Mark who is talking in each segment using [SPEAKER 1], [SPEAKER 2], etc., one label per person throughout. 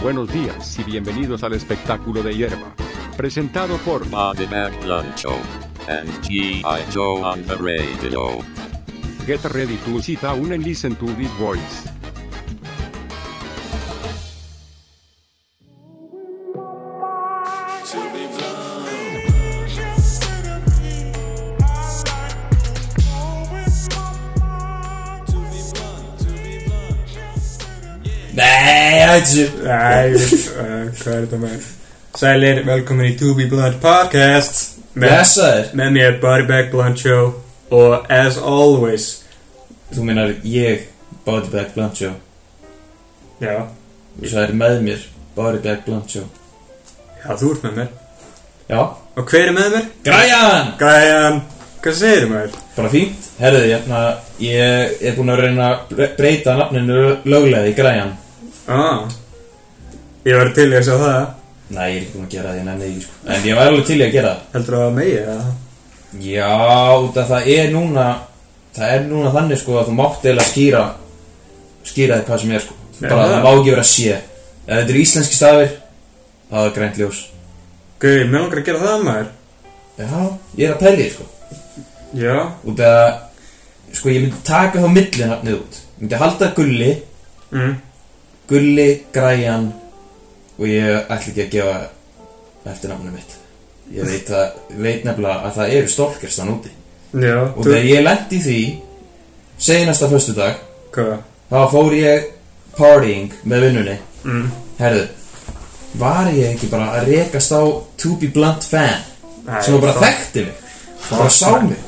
[SPEAKER 1] Buenos días y bienvenidos al espectáculo de hierba. Presentado por
[SPEAKER 2] Bobby McFly Show, and G.I. Joe on the radio.
[SPEAKER 1] Get Ready to Sit Down and Listen to This Voice.
[SPEAKER 3] Nei, ég veit ekki Nei, ég veit eh, Hvað er þetta maður? Sælir, velkomin í To Be Blunt Podcast Með,
[SPEAKER 4] Blessaður
[SPEAKER 3] með mér, Body Bag Blunt Show Og as always
[SPEAKER 4] Þú meinar ég, Bodyback Blancho
[SPEAKER 3] Já,
[SPEAKER 4] Þú sagðir með mér, Bodyback Blancho
[SPEAKER 3] já, þú ert með mér
[SPEAKER 4] Já
[SPEAKER 3] Og hver er með mér?
[SPEAKER 4] Græjan!
[SPEAKER 3] Gæjan Hvað segir maður?
[SPEAKER 4] Bara fínt Herðu, jafna, ég er búinn að reyna að bre- breyta nafninu löglega í Græjan
[SPEAKER 3] Ah Ég var til í að sjá það
[SPEAKER 4] Nei, ég er ekki búinn að gera það, ég nenni því sko En ég var alveg til í að gera það
[SPEAKER 3] Heldur það að megi það?
[SPEAKER 4] Já, út af það er núna Það er núna þannig sko að þú mátt eiginlega skýra Skýra þig hvað sem er sko
[SPEAKER 3] Já.
[SPEAKER 4] Bara það má ekki vera sé Ef þetta eru íslenski stafir Það er grænt ljós
[SPEAKER 3] Gau, mér langar að gera það maður
[SPEAKER 4] Já, ég er að pæli sko
[SPEAKER 3] Já
[SPEAKER 4] út að sko ég myndi taka þá millinafnið út ég myndi halda gulli,
[SPEAKER 3] mm.
[SPEAKER 4] gulli, græjan og ég ætla ekki að gefa eftirnafnið mitt ég veit, að, veit nefnilega að það eru stólkerstan úti
[SPEAKER 3] Já,
[SPEAKER 4] og þegar ég lendi því senasta föstudag
[SPEAKER 3] Hvað?
[SPEAKER 4] þá fór ég partying með vinnunni
[SPEAKER 3] Mm.
[SPEAKER 4] herðu, var ég ekki bara að rekast á To Be Blunt fan
[SPEAKER 3] Nei,
[SPEAKER 4] sem bara
[SPEAKER 3] fuck.
[SPEAKER 4] þekkti mig bara sá
[SPEAKER 3] man.
[SPEAKER 4] mig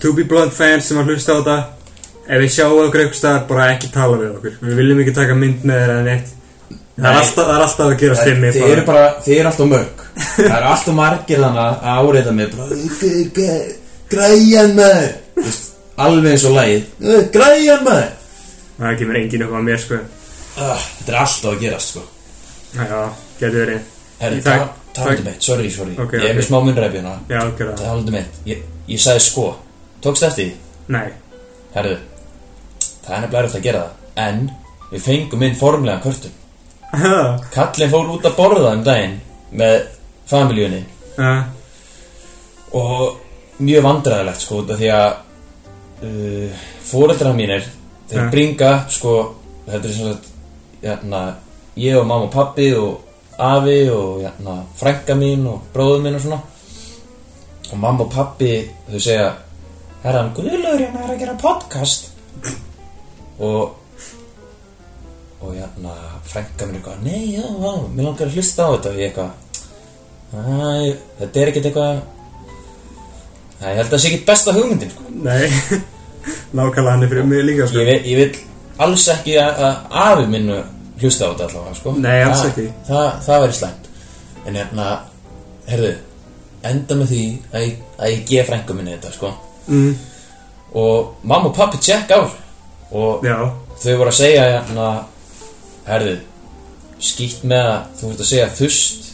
[SPEAKER 3] To be blunt fans sem að hlusta á þetta Ef við sjáum okkur eitthvað staðar bara ekki tala við okkur Við viljum ekki taka mynd með þeirra neitt það er,
[SPEAKER 4] Nei.
[SPEAKER 3] alltaf, það er alltaf að gera stimmi
[SPEAKER 4] Þið eru bara, þið eru alltaf mörg Það eru alltaf margir þannig að áreita mig bara, "G- g- Græjan maður Þú veist, Alveg eins og lagið "Ö, Græjan maður
[SPEAKER 3] Það kemur engin upp á mér sko
[SPEAKER 4] Ah, Þetta er alltaf að gerast sko
[SPEAKER 3] Já, getur verið
[SPEAKER 4] Herri,
[SPEAKER 3] Takk,
[SPEAKER 4] ta- talandi
[SPEAKER 3] takk.
[SPEAKER 4] mitt, sorry, sorry
[SPEAKER 3] Ok,
[SPEAKER 4] Ég er
[SPEAKER 3] ok.
[SPEAKER 4] með smá munnræfi hérna
[SPEAKER 3] Já, gera það
[SPEAKER 4] Talandi mitt, ég, ég sagði sko Tókst eftir því?
[SPEAKER 3] Nei,
[SPEAKER 4] Herru, það er nefnilega erfitt að gera það En við fengum inn formlega körtum
[SPEAKER 3] Ha,
[SPEAKER 4] Kallinn fór út að borða um daginn Með familíunni
[SPEAKER 3] ha,
[SPEAKER 4] og mjög vandræðilegt sko út af því að uh, fóreldra mínir þeir
[SPEAKER 3] Ja.
[SPEAKER 4] bringa sko þetta er sem sagt jæna, ég og mamma og pappi og afi og jæna, frænka mín og bróður mín og svona og mamma og pappi þau segja herran Guðlaugur hérna er að gera podcast og og jæna, frænka mín er eitthvað nei, já, já, mér langar að hlusta á þetta og ég eitthvað "Æ, þetta er ekkert eitthvað Það ég held að það sé ekki besta hugmyndin sko.
[SPEAKER 3] nei Nákvæmlega hann er fyrir mig líka sko
[SPEAKER 4] ég, vil, ég vil alls ekki að, að afi minnu hlusta á þetta allavega sko.
[SPEAKER 3] Nei, alls
[SPEAKER 4] það,
[SPEAKER 3] ekki.
[SPEAKER 4] Það, það væri slæmt En hérna, herðu Enda með því að, ég- að ég gef frængu minni þetta sko.
[SPEAKER 3] mm,
[SPEAKER 4] Og mamma og pappi tjekk á Og
[SPEAKER 3] Já,
[SPEAKER 4] þau voru að segja hérna, Herðu Skýtt með að þú ert að segja þust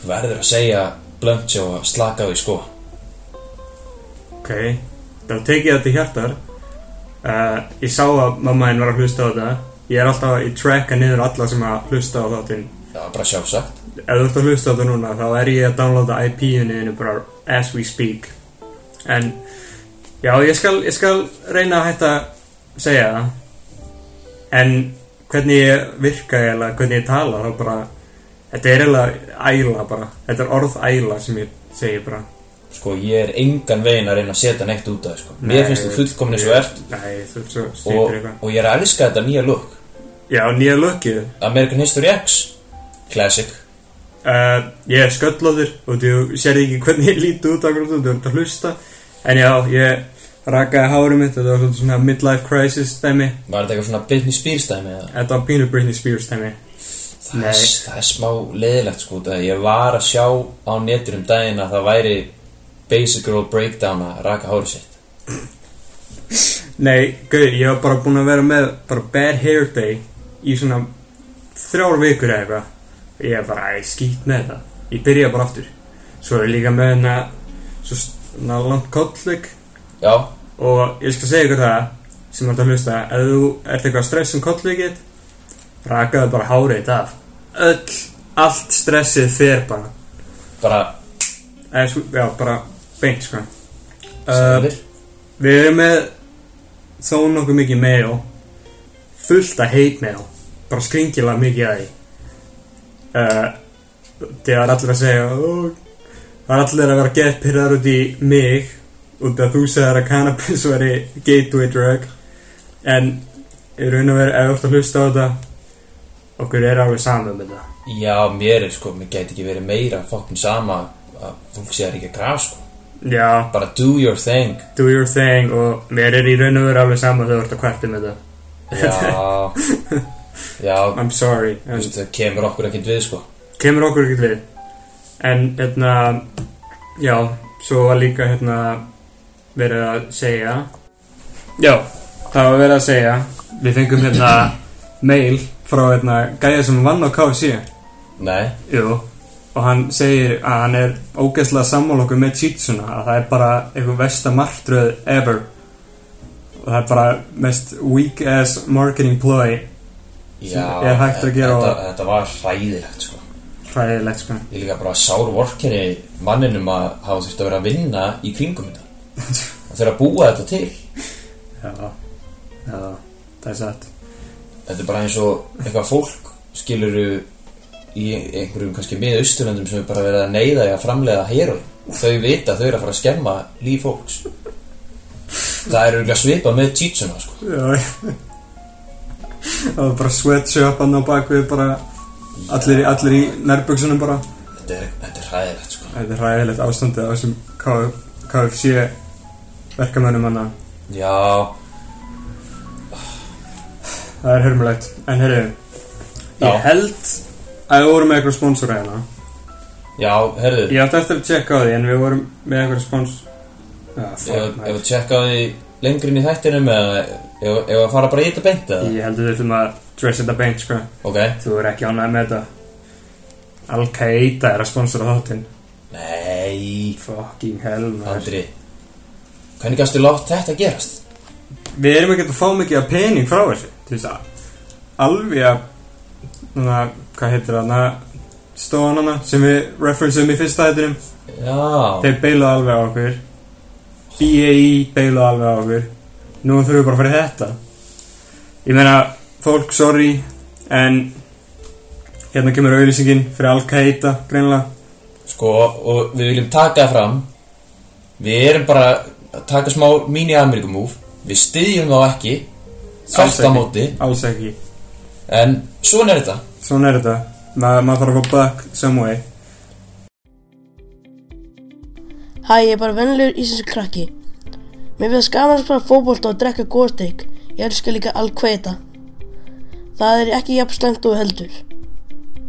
[SPEAKER 4] Þú verður að segja Blönt sjá að slaka á því sko
[SPEAKER 3] ok Það tekið þetta í hjartar uh, Ég sá að mamma henn var að hlusta á þetta Ég er alltaf í tracka niður alla sem að hlusta á þáttinn
[SPEAKER 4] Það var bara sjálfsagt
[SPEAKER 3] ef þú ert að hlusta á þetta núna þá er ég að downloada IP-unni þínu bara as we speak en já, ég skal, ég skal reyna að hætta að segja það en hvernig ég virka eða hvernig ég tala þá bara þetta er eiginlega æla bara þetta er orð æla sem ég segi bara
[SPEAKER 4] Sko, ég er engan veginn að reyna að setja neitt út af það, sko. Mér finnst þú fullkomin eins og ert
[SPEAKER 3] nei, þú ert svo
[SPEAKER 4] og,
[SPEAKER 3] stýtur eitthvað
[SPEAKER 4] og ég er að elska þetta nýja look.
[SPEAKER 3] já, nýja lukkið
[SPEAKER 4] American History X, classic.
[SPEAKER 3] Uh, ég er sköllóður og þú sér ekki hvernig ég líti út akkur þú ert að hlusta en já, ég rakaði hárum mitt þetta var svolítið svona midlife crisis stæmi
[SPEAKER 4] Var þetta eitthvað svona Britney Spears dæmi eða?
[SPEAKER 3] þetta var pínu Britney Spears stæmi
[SPEAKER 4] Það,
[SPEAKER 3] Nei.
[SPEAKER 4] er, það er smá leðilegt, sko, það ég var að sjá á netur um daginn að það væri Basic Girl Breakdown að raka hárið sitt.
[SPEAKER 3] nei, gauð, ég var bara búin að vera með bara bad hair day í svona þrjár vikur eða eitthvað ég er bara, æ, skýt með þetta ég byrja bara aftur svo er ég líka með hana svo svona langt kollleg
[SPEAKER 4] Já,
[SPEAKER 3] og ég skal segja ykkur það sem ert að hlusta ef þú ert eitthvað stress um kollvikið rakaðu bara hárið af öll, allt stressið fer bara
[SPEAKER 4] bara
[SPEAKER 3] Eða, sko, já, bara beint sko uh,
[SPEAKER 4] sælir
[SPEAKER 3] við erum með þó nokkuð mikið mail fullt að heit mail bara skringilega mikið að því uh, þegar er allir að segja "Ó, það er allir að vera gett pyrraður út í mig út af þú segir að cannabis veri gateway drug en í raun og veru ef þú ert að hlusta á þetta okkur er alveg saman um þetta
[SPEAKER 4] já, mér er sko, mér gæti ekki verið meira fokkin sama að fólk sé að ríka graf sko
[SPEAKER 3] já,
[SPEAKER 4] bara do your thing
[SPEAKER 3] do your thing og mér er í raun og veru alveg saman þegar þú ert að kvarta með þetta
[SPEAKER 4] já já,
[SPEAKER 3] I'm sorry
[SPEAKER 4] þú
[SPEAKER 3] en,
[SPEAKER 4] veist, það kemur okkur ekkert við sko
[SPEAKER 3] kemur okkur ekkert við en hérna já, svo var líka hérna verið að segja já, það var verið að segja við fengum hérna mail frá hérna gæja sem vann á KFC
[SPEAKER 4] nei,
[SPEAKER 3] jú, og hann segir að hann er ógeðslega sammál okkur með Chitsuna að það er bara eitthvað versta martröð ever og það er bara mest weak ass marketing ploy
[SPEAKER 4] já
[SPEAKER 3] er hægt að gera á-
[SPEAKER 4] þetta, þetta var hræðilegt sko
[SPEAKER 3] hræðilegt sko
[SPEAKER 4] ég líka bara sár vorkenni manninum að hafa þurft að vera að vinna í kringum þetta það þurfa að búa þetta til
[SPEAKER 3] já, já, það er satt
[SPEAKER 4] þetta er bara eins og eitthvað fólk skiluru í einhverjum kannski miðausturlöndum sem er bara verið að neyða í að framleiða heroin þau vita að þau eru að fara að skemma líf fólks það er auðvitað svipað með títsuna sko.
[SPEAKER 3] Já Það var bara sweatshopan á bakvið bara allir, í- allir í nærbuksunum bara
[SPEAKER 4] þetta, er, þetta er hræðilegt sko.
[SPEAKER 3] Þetta er ræðilegt ástandið á þessum K- KFC verkamönnum hana
[SPEAKER 4] já,
[SPEAKER 3] Það er hörmulegt En herri,
[SPEAKER 4] Já.
[SPEAKER 3] ég held að við vorum með eitthvað sponsor hérna
[SPEAKER 4] já, herðu
[SPEAKER 3] Ég átti eftir að tjekka á því en við vorum með eitthvað spons Já,
[SPEAKER 4] ef
[SPEAKER 3] fuck
[SPEAKER 4] ef
[SPEAKER 3] maður.
[SPEAKER 4] að tjekka á því lengri inn í þættinum eða ef, ef að fara bara í þetta beint eða
[SPEAKER 3] Ég held að við þurfum að dress it up einn sko
[SPEAKER 4] ok,
[SPEAKER 3] Þú er ekki ánægð með þetta Al-Qaida er að sponsora þáttinn
[SPEAKER 4] nei
[SPEAKER 3] Fucking hell maður
[SPEAKER 4] Andri Hvernig gæstu látt þetta gerast?
[SPEAKER 3] við erum ekkert að fá mikið að pening frá þessu til þess að alveg að na, hvað heitir það na, stóðanana sem við referensum í fyrsta hættinum
[SPEAKER 4] Já
[SPEAKER 3] þeir beiluðu alveg á okkur BAE beiluðu alveg á okkur nú þurfum við bara að fara í þetta ég meina fólk sorry en hérna kemur auðlýsingin fyrir Al-Qaida greinlega
[SPEAKER 4] Sko, og við viljum taka það fram Við erum bara að taka smá mini-Amerikumúf Við styðjum þá ekki Þvert á móti
[SPEAKER 3] alls ekki
[SPEAKER 4] En svona er þetta
[SPEAKER 3] svona er þetta Ma, maður þarf að fá back some way
[SPEAKER 5] Hæ, ég er bara vennilegur íslensku krakki. Mér finnst gaman að spara fótbolta og drekka góðsteik. Ég elska líka Al-Qaida. Það er ekki jafn slæmt og þú heldur.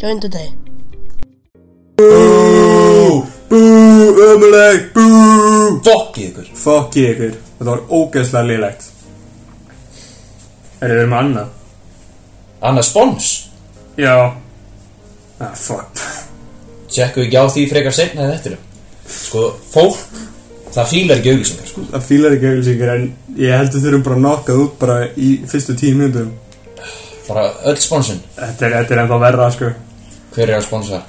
[SPEAKER 5] Join the day.
[SPEAKER 3] bú, ömuleg, bú
[SPEAKER 4] Fokkið ykkur
[SPEAKER 3] Fuck ég ykkur, þetta var ógeðslega liðlegt Er þið verið með annað?
[SPEAKER 4] Annað spons
[SPEAKER 3] Já Ah, fuck
[SPEAKER 4] Tjekkum við ekki á því frekar seinna en eftir Sko, fólk Það fílar ekki auglýsingar sko.
[SPEAKER 3] Það fílar ekki auðvilsingar en ég heldur þurfum bara að nokkað út bara í fyrstu tíu mínútum
[SPEAKER 4] Bara öll sponsin
[SPEAKER 3] Þetta er, þetta er ennþá verra, sko
[SPEAKER 4] Hver er að sponsa?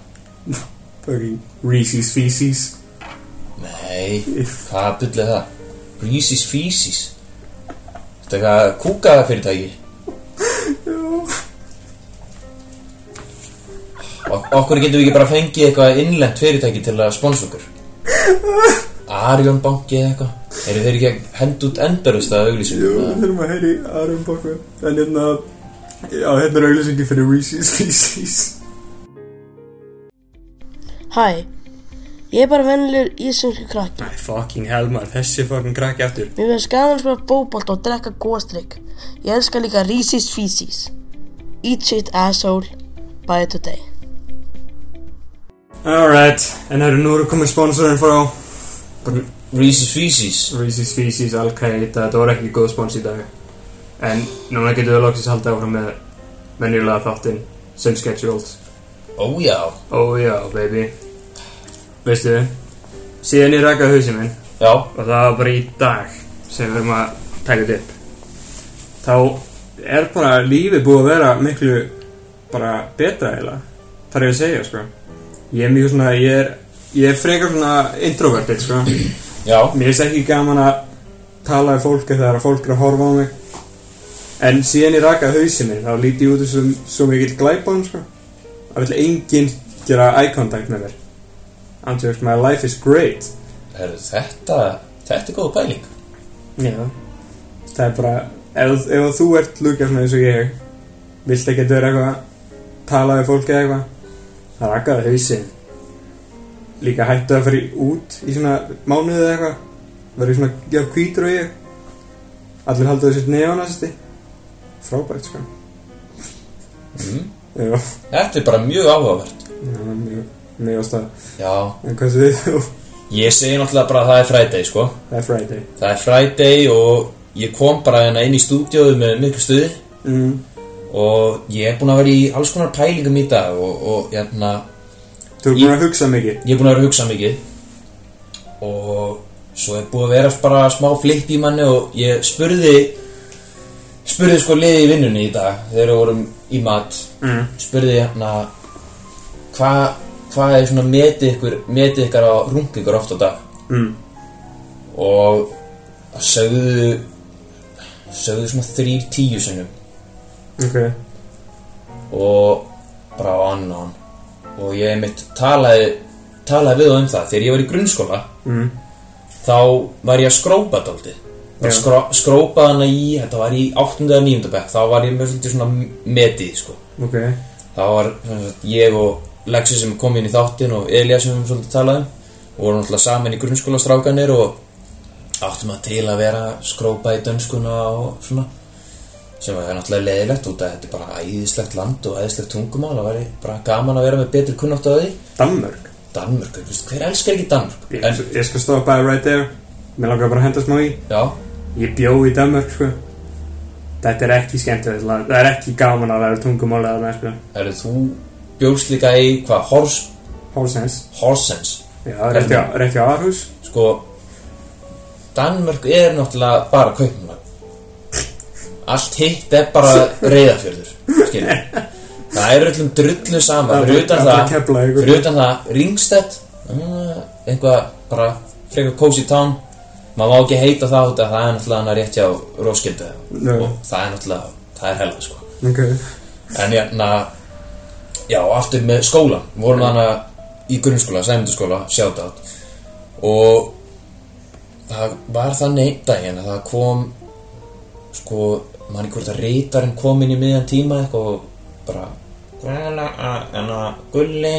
[SPEAKER 3] Fucking Reese's Feces
[SPEAKER 4] Nei,
[SPEAKER 3] If.
[SPEAKER 4] hvað byrlið það? Reese's Feces Þetta er eitthvað kúkaða fyrirtæki Og okkur getum við ekki bara fengið eitthvað innlent fyrirtæki til að sponsa okkur Arjón banki eða eitthvað Eru þeir ekki að henda út endurist að um
[SPEAKER 3] Jú,
[SPEAKER 4] auglýsingum?
[SPEAKER 3] þurfum að heyri aðrum baku um En hérna, já, hérna er auðvilsingi fyrir Reese's Feces
[SPEAKER 5] Hæ, ég er bara vennilegur íslensku krakki.
[SPEAKER 3] Æ, fucking helmar, þessi fucking krakki aftur
[SPEAKER 5] Mér finnst gaman að spara fótbolta og drekka góðsteik. Ég elska líka Reese's Feces. Eat shit asshole. Bye today.
[SPEAKER 3] Alright, en hérna nú eru komið sponsorinn frá
[SPEAKER 4] Reese's Feces
[SPEAKER 3] Reese's Feces, Al-Qaida, þetta voru ekki góð spons í dag en núna getum við loksins haldið áfram með venjulega þáttinn sem scheduled
[SPEAKER 4] Ójá,
[SPEAKER 3] oh já baby veistu, síðan ég rakaði hausin minn
[SPEAKER 4] já,
[SPEAKER 3] og það var bara í dag sem við erum að taka þetta upp þá er bara lífið búið að vera miklu bara betra eiginlega þar ég að segja sko ég er mjög svona, ég er, ég er frekar svona introvertið sko
[SPEAKER 4] Já,
[SPEAKER 3] mér finnst ekki gaman að tala við fólk þegar að fólk er að horfa á mig en síðan ég rakaði hausin minn þá líti ég út sem svo mikill glæbón sko. það vil enginn gera eye contact með mér Andrew, my life is great
[SPEAKER 4] er þetta Þetta er góð pæling
[SPEAKER 3] Já Það er bara Ef, ef þú ert lukað svona eins og ég Vilt ekki vera eitthvað Tala við fólki eða eitthvað Það rakaði hausinn Líka hættu að fara í- út í svona mánuði eða eitthvað Verið svona Já, hvítur og ég Allir halda þessi neonasti Frábært sko
[SPEAKER 4] mm.
[SPEAKER 3] Já,
[SPEAKER 4] Þetta er bara mjög áhugavert
[SPEAKER 3] já mjög Mjög ástæð
[SPEAKER 4] Já,
[SPEAKER 3] En hvað sem við þú?
[SPEAKER 4] ég segi náttúrulega bara að það er Friday, sko
[SPEAKER 3] Það er Friday
[SPEAKER 4] Það er Friday og ég kom bara hérna inn í stúdíóðu með miklu stuði
[SPEAKER 3] mm.
[SPEAKER 4] og ég er búinn að vera í alls konar pælingum í dag og, og hérna,
[SPEAKER 3] Þú er
[SPEAKER 4] Ég-
[SPEAKER 3] búin að hugsa mikið
[SPEAKER 4] ég er búinn að vera að hugsa mikið og svo er búið að vera bara smá flip í manni og ég spurði spurði sko liði í vinnunni í dag þegar við vorum í mat
[SPEAKER 3] mm.
[SPEAKER 4] spurði hérna hvað hva er svona metið ykkur, metið ykkar á rung ykkur oft á dag
[SPEAKER 3] Mm.
[SPEAKER 4] og það sögðu sögðu svona þrýr tíu sinnum
[SPEAKER 3] Ok
[SPEAKER 4] og bara á annan og ég mitt talaði talaði við þá um það þegar ég var í grunnskóla
[SPEAKER 3] mm.
[SPEAKER 4] þá var ég að skrópa dálítið
[SPEAKER 3] Já.
[SPEAKER 4] yeah. skró, skrópa hana í, þetta var í 8. eða 9. bekk þá var ég með svolítið svona metið sko.
[SPEAKER 3] Ok
[SPEAKER 4] þá var sem sagt, ég og Lexi sem kom inn í þáttin og Elía sem við svolítið talaðum og vorum alltaf saman í grunnskólastrákanir og áttum að til að vera skrópa í dönskuna og svona sem var náttúrulega leðilegt út að þetta er bara æðislegt land og æðislegt tungumál það væri bara gaman að vera með betri kunnáttu að því
[SPEAKER 3] Danmörk
[SPEAKER 4] Danmörk, þú veist, hver elskar ekki Danmörk?
[SPEAKER 3] Ég,
[SPEAKER 4] En,
[SPEAKER 3] ég skal stoppa right there Mér langar bara að henda smá í
[SPEAKER 4] já,
[SPEAKER 3] Ég bjó í Danmark sko Þetta er ekki skemmtilegt land Það er ekki gaman að vera tungumálið að það sko
[SPEAKER 4] eru þú bjóst líka í hvað, Hors,
[SPEAKER 3] Hálsens
[SPEAKER 4] Horsens
[SPEAKER 3] Já, rétti á, rétt á Aarhus
[SPEAKER 4] sko Danmörk er náttúrulega bara kaupmann allt hitt er bara reyðafjörður skilur það er öllum drullu sama
[SPEAKER 3] Það er
[SPEAKER 4] fyrir utan
[SPEAKER 3] bara- bara
[SPEAKER 4] það,
[SPEAKER 3] kefla ykkur.
[SPEAKER 4] fyrir utan það Ringstedt mm, eitthvað bara frekar cozy town maður má ekki heita það út að það er náttúrulega hann að rétt hjá Róskildu
[SPEAKER 3] Nei.
[SPEAKER 4] og það er náttúrulega það er helga sko
[SPEAKER 3] Ok
[SPEAKER 4] en hérna já, aftur með skólan Við vorum þarna í grunnskóla, sæmundaskóla sjátátt og það var þannig einn daginn að það kom sko, mann hvort að reytarinn kom inn í miðjan tíma eitthvað og bara Guðla, en að Gulli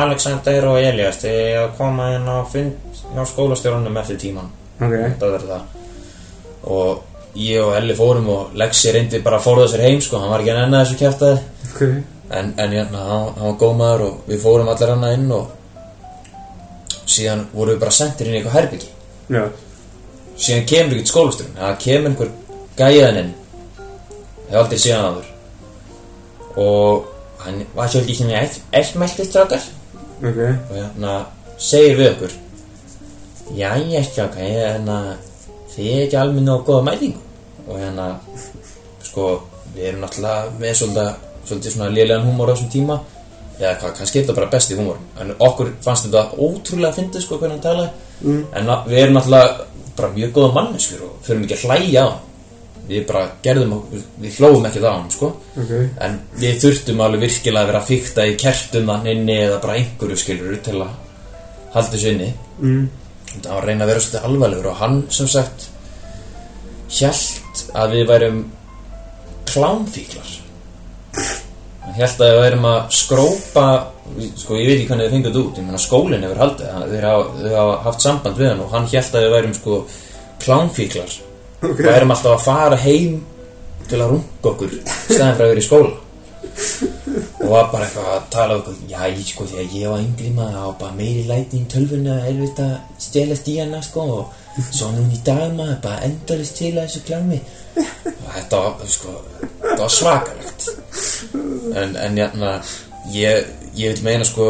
[SPEAKER 4] Alexander og Elias þið að koma inn á fund hjá skólastjórunum eftir tíman
[SPEAKER 3] Ok
[SPEAKER 4] það verður það og ég og Elli fórum og Lexi reyndi bara að forða sér heim sko, hann var ekki að enna þessu kjæftaði
[SPEAKER 3] Ok
[SPEAKER 4] en, en hérna, hann, hann var góð maður og við fórum allar hann inn og síðan vorum við bara sendir inn í eitthvað herbyggi
[SPEAKER 3] Já
[SPEAKER 4] síðan kemur ekkert skólasturinn það kemur einhver gæðan inn ég hef aldrei síðan áður og hann var svolítið ekki með eldmæltið strákar
[SPEAKER 3] Ok
[SPEAKER 4] og hérna segir við okkur Jæja, stráka, ég er hérna þið er ekki alveg nóg góða mælingu og hérna sko, við erum náttúrulega með svolítið, svolítið svona lélegan húmór á þessum tíma eða hvað, kannski er þetta bara besti húmór en okkur fannst þetta ótrúlega fyndið sko hvernig hann talaði mm. en na- við erum náttúrulega bara mjög góða manneskjur og förum ekki að hlæja á hann við bara gerðum, ok- við, við hlófum ekki það á hann sko
[SPEAKER 3] Ok
[SPEAKER 4] En við þurftum alveg virkilega að vera að fykta í kertum þann inni eða bara einhverju skilur til að halda þessu inni.
[SPEAKER 3] Mm.
[SPEAKER 4] Það var að reyna að vera svolítið alvarlegur og hann sem sagt hjælt að við værum klámfíklar. Hann hjælt að við værum að skrópa, sko ég veit ekki hvernig þið fengið þetta út, ég meina skólinn hefur haldið, það. þeir hafa, þeir hafa haft samband við hann og hann hjælt að við værum sko klámfíklar
[SPEAKER 3] Ok
[SPEAKER 4] og erum alltaf að fara heim til að runga okkur staðan frá að vera í skóla og var bara eitthvað að tala um okkur já, ég sko, þegar ég var yngri maður það var bara meiri læti í tölvunni að erfitt að stelast í hana, sko og svo núna í dag maður, bara endalist til að þessu klámi og þetta var, sko, þetta var svakalegt en, en jæna ég, ég vil meina, sko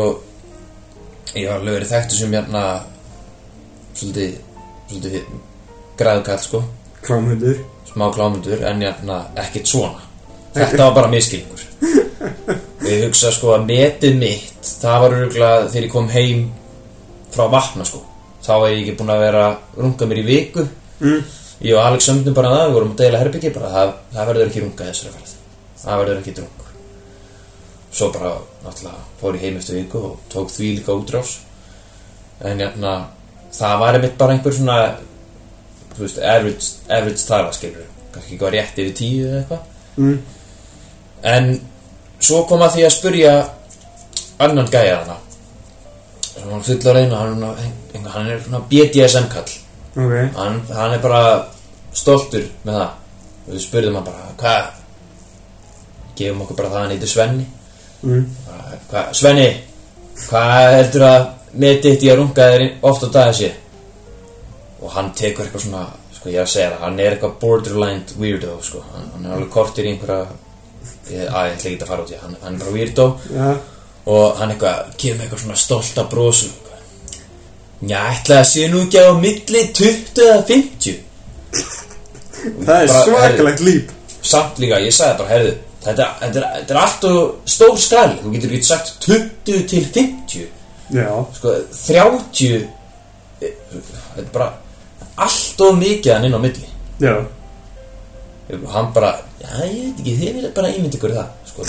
[SPEAKER 4] ég var alveg verið þekktu sem jæna svolítið, svolítið græðkall, sko
[SPEAKER 3] Klámhundur
[SPEAKER 4] hérna, smá klámundur en jafna, ekkert svona þetta var bara miskilningur Ég hugsa sko að metið mitt Það var örgulega þegar ég kom heim Frá vatna sko Þá var ég ekki búin að vera að runga mér í viku
[SPEAKER 3] Mm.
[SPEAKER 4] Ég og Alex sömdum bara það Við vorum að deila herbyggi bara Það, það verður ekki runga þessari ferð Það verður ekki drung Svo bara náttúrulega fór ég heim eftir viku Og tók því líka útrás En jæna Það var einmitt bara einhver svona Þú veist, average, average tala skilur Kannski ekki var rétt yfir tíu eða eitthvað
[SPEAKER 3] Mm.
[SPEAKER 4] En svo kom að því að spurja annan gæja hana sem hann fullar einu hann, hann, hann er svona BDSM kall
[SPEAKER 3] Ok.
[SPEAKER 4] hann, hann er bara stoltur með það og við spurðum hann bara hvað gefum okkur bara það hann heitir Svenni
[SPEAKER 3] Mm.
[SPEAKER 4] bara, hva, Svenni hvað heldur að með ditt ég að runga þér oft á daga sé og hann tekur eitthvað svona sko ég er að segja það, hann er eitthvað borderline weirdo sko, hann, hann er alveg kortir í einhverja ég, að ég ætla ekki að fara út í það, hann, hann er bara weirdo
[SPEAKER 3] Já.
[SPEAKER 4] og hann eitthvað kemur eitthvað svona stolt að brosu Já, ætla að sé nú ekki á milli 20 eða 50
[SPEAKER 3] Það er
[SPEAKER 4] Bara-
[SPEAKER 3] svakalegt líp.
[SPEAKER 4] samt líka, ég sagði bara, herðu þetta, þetta, er, þetta er allt og stór skall þú getur ekki sagt 20 til 50
[SPEAKER 3] Já.
[SPEAKER 4] sko, 30 eh, þetta er bara allt og mikið hann inn á milli
[SPEAKER 3] Já.
[SPEAKER 4] hann bara, já, ég veit ekki, þið vilja bara ímynda ykkur það sko.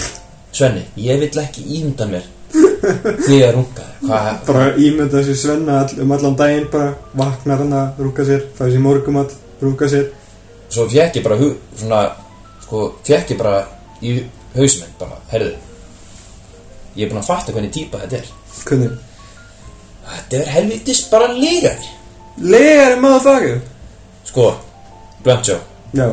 [SPEAKER 4] Svenni, ég vil ekki ímynda mér því að runga þér. hvað,
[SPEAKER 3] Bara ímynda þessi Svenna all, um allan daginn bara vaknar hann að rúka sér, fæði sér morgumat, rúka sér.
[SPEAKER 4] svo fekk ég bara hug, svona, sko, fekk ég bara í hausminn, bara, herðu ég er búin að fatta hvernig típa þetta er
[SPEAKER 3] Hvernig?
[SPEAKER 4] Þetta er helvitis bara lígar
[SPEAKER 3] Legar er maður þakir.
[SPEAKER 4] Sko, Blöndjó
[SPEAKER 3] Já.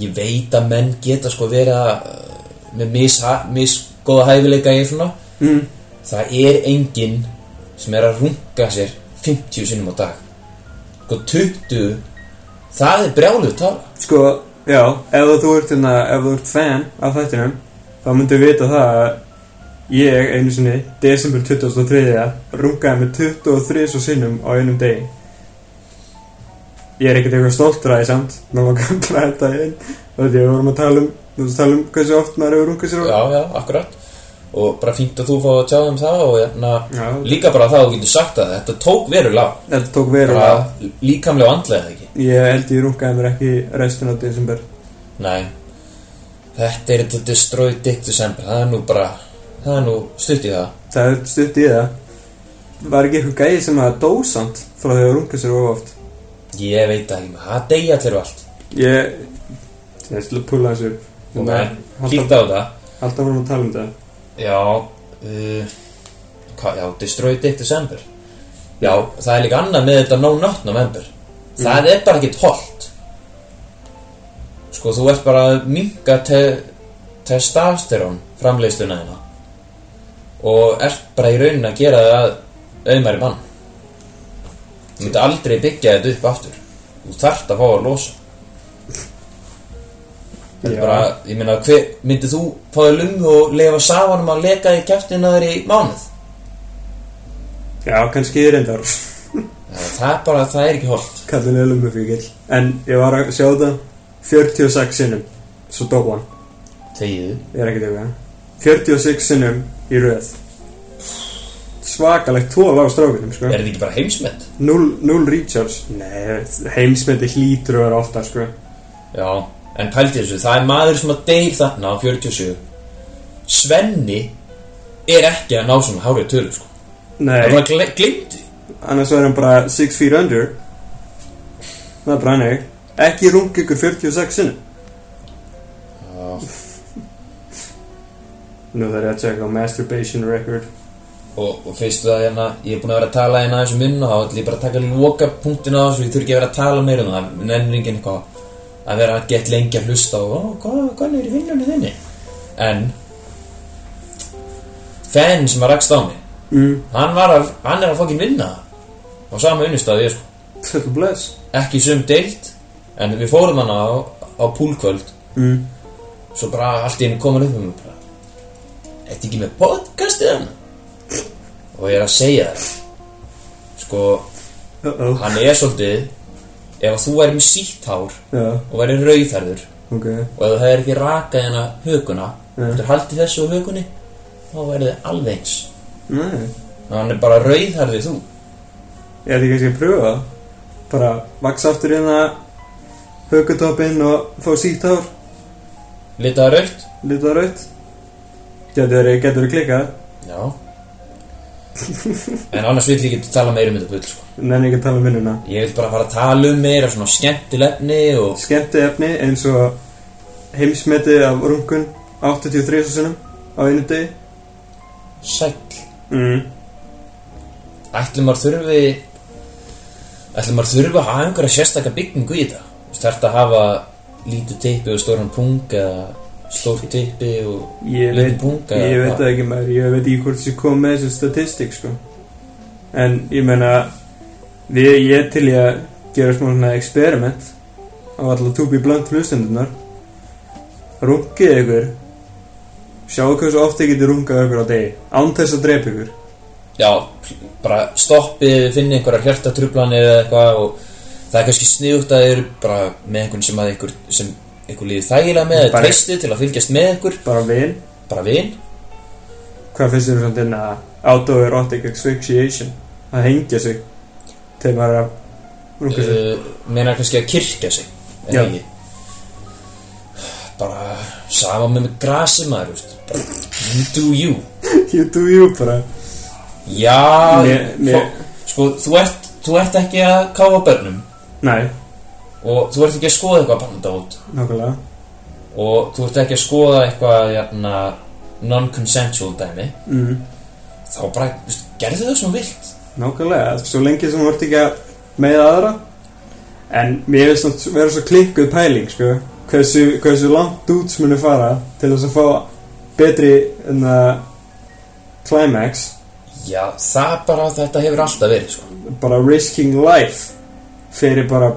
[SPEAKER 4] Ég veit að menn geta sko verið að uh, með misha- misgóða hæfileika í svona
[SPEAKER 3] Mm.
[SPEAKER 4] Það er enginn sem er að runga sér 50 sinnum á dag Sko 20 Það er brjáluð tala
[SPEAKER 3] Sko, já, ef þú ert, hérna, ef þú ert fan af þættinum, þá myndu vita það að ég einu sinni, desember 2003, rungaði með 23 svo sinnum á einum degi. Ég er ekkert eitthvað stoltur að ég samt, mér langar að draga þetta inn, þú veit, við vorum að tala um, þú veist, tala um hversu oft maður hefur rungað sér á.
[SPEAKER 4] Já, já, akkurat Og bara fínt að þú fá að tjáða um það og jæna,
[SPEAKER 3] Já.
[SPEAKER 4] líka bara það að þú getur sagt að þetta tók verulega
[SPEAKER 3] Þetta tók verulega.
[SPEAKER 4] bara líkamlega og andlega eða ekki
[SPEAKER 3] Ég held ég rungaði mér ekki restin á desember.
[SPEAKER 4] Nei Þetta er þetta Destroyed Dick December Það er nú bara Það er nú stutt í það
[SPEAKER 3] Það er stutt í það. Var ekki eitthvað gæði sem að dósant frá því að runga sér of oft.
[SPEAKER 4] Ég veit það ekki maður Það deyja allir og allt
[SPEAKER 3] Ég Ég ætla að púla þessu upp. Hérna,
[SPEAKER 4] Ok,
[SPEAKER 3] Halda
[SPEAKER 4] Kíkta á það
[SPEAKER 3] Alltaf vorum að tala um þetta
[SPEAKER 4] Já uh, hva, Já, Destroyed Dick December Já, það er líka annað með þetta No Not November Það er bara ekkert holdt Sko, þú ert bara að minka te testosterón framleiðsluna þína og ert bara í raunin að gera það að auðmæri mann Þú myndi aldrei byggja þetta upp aftur Þú þarft að fá að losa Þetta
[SPEAKER 3] Já.
[SPEAKER 4] er bara, ég meina, hver, myndi þú fáið lungu og lefa safanum að leka í kjæftina þér í mánuð?
[SPEAKER 3] Já, kannski ég reyndar
[SPEAKER 4] Það Eh, það er bara, það er ekki holdt
[SPEAKER 3] Kallin er lumufíkil En ég var að sjá þetta 46 sinnum Svo dó hann
[SPEAKER 4] Þegiðu
[SPEAKER 3] Ég er ekkert eitthvað 46 sinnum í röð Svakalegt tól á strákunum sko.
[SPEAKER 4] Er þetta ekki bara heimsmet?
[SPEAKER 3] 0 recharge Nei, heimsmyndi hlýtur að vera ofta sko.
[SPEAKER 4] Já, en pælti þessu, það er maður sem að deyr þarna á 47 Svenni er ekki að ná svona hárið tölu, sko Það er
[SPEAKER 3] Nei,
[SPEAKER 4] bara gle- glimti
[SPEAKER 3] annars verður hann bara 6 feet under Það er bara neg Ekki rungi ykkur 46 sinnum Nú þarf ég að tjekka á masturbation record
[SPEAKER 4] og, og fyrstu það hérna, ég er búin að vera að tala hérna aðeins um inn og þá ætlum ég bara að taka loka punktin á þessu, ég þurfi ekki að vera að tala meira um það nefnir enginn eitthvað að vera að gett lengi að hlusta og "Ó, hvað, hvað er í vinnunni þinni en fenn sem að rakst á mig
[SPEAKER 3] Mm.
[SPEAKER 4] hann, var að, hann er að fokkin vinna á sama unnustafi sko.
[SPEAKER 3] Þetta bless
[SPEAKER 4] ekki sum deilt en við fórum hann á, á púlkvöld
[SPEAKER 3] mm.
[SPEAKER 4] svo bara allt í henni komin upp um mig bara Þetta ekki með podcastið hann og ég er að segja það sko,
[SPEAKER 3] uh -oh.
[SPEAKER 4] hann er svolítið ef að þú væri með sítt hár
[SPEAKER 3] Já,
[SPEAKER 4] og væri rauðarður
[SPEAKER 3] ok
[SPEAKER 4] og ef það er ekki rakað hérna huguna
[SPEAKER 3] Nei.
[SPEAKER 4] Þetta er haldið þessu á hökunni Þá verður þið alveg eins
[SPEAKER 3] Nei.
[SPEAKER 4] Ná, Hann er bara rauðharðið þú
[SPEAKER 3] Ég ætti kannski að pröfa það. Bara vaksa aftur inn að hökutoppinn og fá sítt hár,
[SPEAKER 4] Litaða rauðt
[SPEAKER 3] litað raut. Getur verið klikkað.
[SPEAKER 4] Já En annars vill ég ekki tala meira um þetta bull sko.
[SPEAKER 3] Nenni ekki að tala um vinnuna.
[SPEAKER 4] Ég vil bara fara að tala um meira svona skemmtilefni og
[SPEAKER 3] Skemmti efni eins og heimsmetið af rungun 83 sinum á einu degi.
[SPEAKER 4] sæll
[SPEAKER 3] Mm.
[SPEAKER 4] Ætlum maður þurfi Ætlum maður þurfi að hafa einhverja sérstaka byggingu í þetta Þú start að hafa lítið tippi og stóran pung eða stór tippi og
[SPEAKER 3] Ég
[SPEAKER 4] lítið
[SPEAKER 3] veit,
[SPEAKER 4] pung
[SPEAKER 3] ég veit það ekki maður, ég veit ekki hvort þessi kom með þessi statistik sko. En ég meina, við, ég er til í að gera smá svona experiment á alltaf tupi bland hlustendunar. Rungið ykkur, sjáu hversu oft þið getur rungað ykkur á degi, án þess að drepa ykkur.
[SPEAKER 4] Já, bara stoppið, finni einhverja hjartatrublanir eða eitthvað og það er kannski sniðugt að þið eru bara með einhvern sem að einhver, sem einhver líði þægilega með eða
[SPEAKER 3] Bara-
[SPEAKER 4] treystið til að fylgjast með einhver
[SPEAKER 3] Bara vin,
[SPEAKER 4] bara vin
[SPEAKER 3] hvað finnst þér um svona þinn að autoerotic asphyxiation, að hengja sig til maður er að runga sig.
[SPEAKER 4] uh, meina kannski að kirkja sig en
[SPEAKER 3] Já.
[SPEAKER 4] ekki bara sama með með grasi maður veist. bara, you do you
[SPEAKER 3] you do you bara.
[SPEAKER 4] já
[SPEAKER 3] Mér- mér-
[SPEAKER 4] fó- sko þú ert, þú ert ekki að káfa börnum
[SPEAKER 3] Nei,
[SPEAKER 4] og þú ert ekki að skoða eitthvað bandót
[SPEAKER 3] nákvæmlega.
[SPEAKER 4] og þú ert ekki að skoða eitthvað jæna, non-consensual dæmi
[SPEAKER 3] Mm.
[SPEAKER 4] þá bara, veist, gerðu það sem þú vilt
[SPEAKER 3] Nákvæmlega, svo lengi sem þú ert ekki að meiða aðra En mér finnst það vera svo klikkuð pæling, sko Hversu, hversu langt út munu fara til þess að fá betri en að climax
[SPEAKER 4] já, það bara þetta hefur alltaf verið sko.
[SPEAKER 3] Bara risking life fyrir bara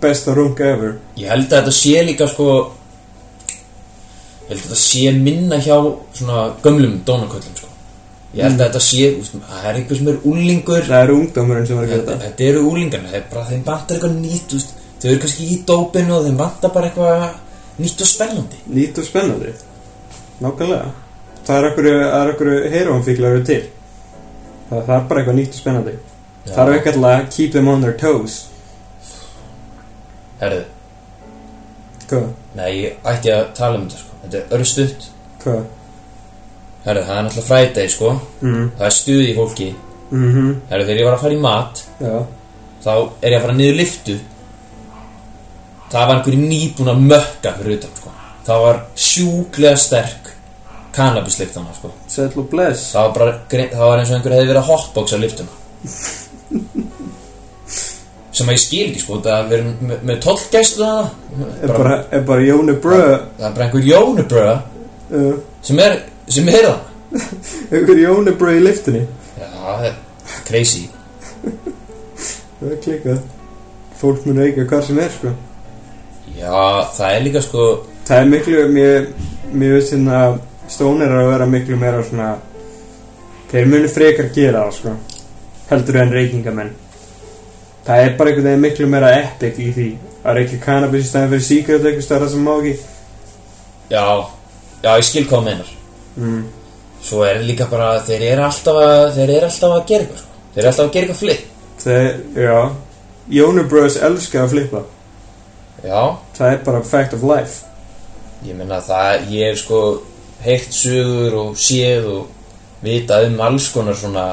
[SPEAKER 3] besta runga ever
[SPEAKER 4] Ég held að þetta sé líka sko Ég held að þetta sé minna hjá svona gömlum dónaköllum sko Ég held að þetta sé, úst, það er einhver sem er úlingur
[SPEAKER 3] Það er ungdómurinn sem er að gera þetta
[SPEAKER 4] Þetta eru úlingarna, það er bara þeim vantar eitthvað nýtt úst, Þau eru kannski í dópinu og þeim vantar bara eitthvað nýtt og spennandi
[SPEAKER 3] Nýtt og spennandi Nákvæmlega Það er okkur, það er okkur heroinfíklar eru til það, það er bara eitthvað nýtt og spennandi Það er ekki alltaf að keep them on their toes
[SPEAKER 4] Herðu,
[SPEAKER 3] Hvað?
[SPEAKER 4] nei, ég ætti að tala um þetta sko Þetta er örstutt
[SPEAKER 3] Hvað?
[SPEAKER 4] Herðu, það er náttúrulega frædegi sko
[SPEAKER 3] Mm.
[SPEAKER 4] Það er stuð í fólki
[SPEAKER 3] Mhm,
[SPEAKER 4] Herðu, þegar ég var að fara í mat
[SPEAKER 3] já,
[SPEAKER 4] þá er ég að fara niður liftu það var einhverjum nýbúin að mökka fyrir utan sko. það var sjúklega sterk kannabisliftana sko.
[SPEAKER 3] sæll og bless
[SPEAKER 4] það, var bara, gre- það var eins og einhver hefði verið að hotboxa liftuna sem að ég skil ekki sko, það verið með, með tollgæstu það
[SPEAKER 3] Er bara, er bara Jóni Brö
[SPEAKER 4] það er bara einhver jónubröða
[SPEAKER 3] uh,
[SPEAKER 4] sem er, sem er það
[SPEAKER 3] Ykkur Jóni Brö í liftinni
[SPEAKER 4] já, það er crazy
[SPEAKER 3] Það er klikkað Fólk mun auka hvað sem er sko
[SPEAKER 4] já, það er líka sko
[SPEAKER 3] Það er miklu, mér, mér veist hérna Stónir að vera miklu meira svona Þeir munu frekar gera það sko Heldur en reykingamenn Það er bara einhvern veginn miklu meira epic í því Að reykja cannabis í stæðan fyrir síkret eitthvað stærra sem má ekki
[SPEAKER 4] já, já, ég skil hvað þú meinar
[SPEAKER 3] mm.
[SPEAKER 4] Svo er líka bara að þeir eru alltaf að, þeir eru alltaf að gera eitthvað sko. Þeir eru alltaf að gera eitthvað flip
[SPEAKER 3] Þeir, já Jóni Brös elska að flippa
[SPEAKER 4] Já,
[SPEAKER 3] Það er bara fact of life
[SPEAKER 4] ég meina það, ég hef sko heyrt sögur og séð og vitað um alls konar svona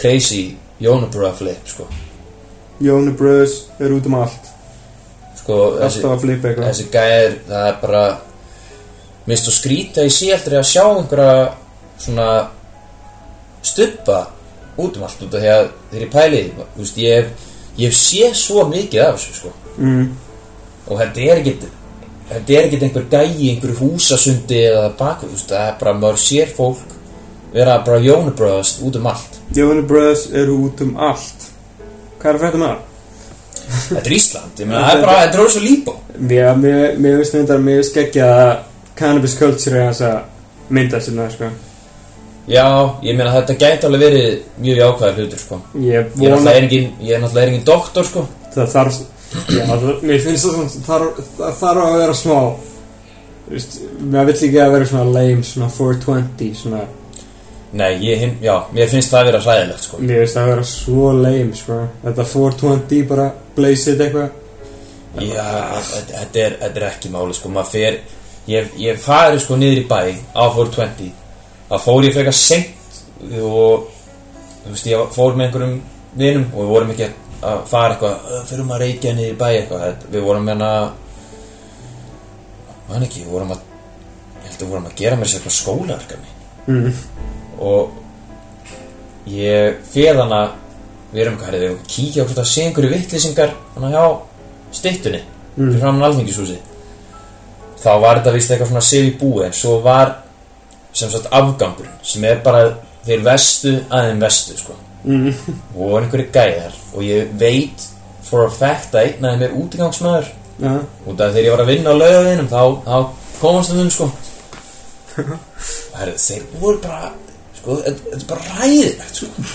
[SPEAKER 4] crazy jónabrúða flip sko.
[SPEAKER 3] Jóni Bröðs er út um allt
[SPEAKER 4] Sko, þessi,
[SPEAKER 3] Alltaf að flipa eitthvað
[SPEAKER 4] þessi gæðir, það er bara minnst og skrýta í síaldri að sjá einhverja svona stubba út um allt út af því að þeir eru pælið, þú veist, ég hef, ég hef séð svo mikið af þessu sko.
[SPEAKER 3] mm,
[SPEAKER 4] og þetta er ekkert þetta er ekkert einhver gæi, einhver húsasundi eða baku, þú veist, það er bara maður sér fólk vera bara jónubröðast út um allt
[SPEAKER 3] Jóni Bröðs eru út um allt Hvað er að frétta með það?
[SPEAKER 4] þetta er Ísland, ég meina það er bara, þetta er orðið svo líbó
[SPEAKER 3] Já, mér mér veist þetta að mér skeggja að cannabis culture er hans að mynda sinna sko.
[SPEAKER 4] já, ég meina þetta gæti alveg verið mjög jákvæðar hlutur, sko
[SPEAKER 3] Ég
[SPEAKER 4] ég er
[SPEAKER 3] vona
[SPEAKER 4] náttúrulega er engin, ég er náttúrulega er engin doktor, sko
[SPEAKER 3] það þarf já, það, Mér finnst það svona það þarf, það þarf að vera smá Þú veist, maður vill ekki að vera svona lame, svona 420, svona,
[SPEAKER 4] Nei, ég, him, já, mér finnst það að vera hræðilegt sko.
[SPEAKER 3] mér veist að vera svo lame, sko. Þetta 420 bara blaze it eitthvað.
[SPEAKER 4] Já, þetta þetta er, þetta er ekki máli sko, maður fer ég, ég fari sko niður í bæ á 420 það fór ég frekar seint og þú veist, ég fór með einhverjum vinum og við vorum ekki að fara eitthvað "Ö, förum að reykja niður í bæ eitthvað Þetta- við vorum hérna man ekki, við vorum að ég held að við vorum að gera mér sér eitthvað skólaverkefni
[SPEAKER 3] Mm.
[SPEAKER 4] og ég fyrir hana við erum eitthvað herrið, við erum að kíkja á hvort það sé einhverju vittlýsingar þannig hjá styttunni mm. fyrir framann alþingishúsi þá var þetta vist eitthvað svona sif í búi en svo var sem sagt afgangur sem er bara þeir vestu aðeim vestu sko mm. og voru einhverju gæðar og ég veit for a fact að einn aðeim er útigangsmaður
[SPEAKER 3] Já,
[SPEAKER 4] út af þegar ég var að vinna á laugaveginum þá, þá komast það um sko Herri, þeir voru bara sko, þetta þetta er bara ræðilegt sko.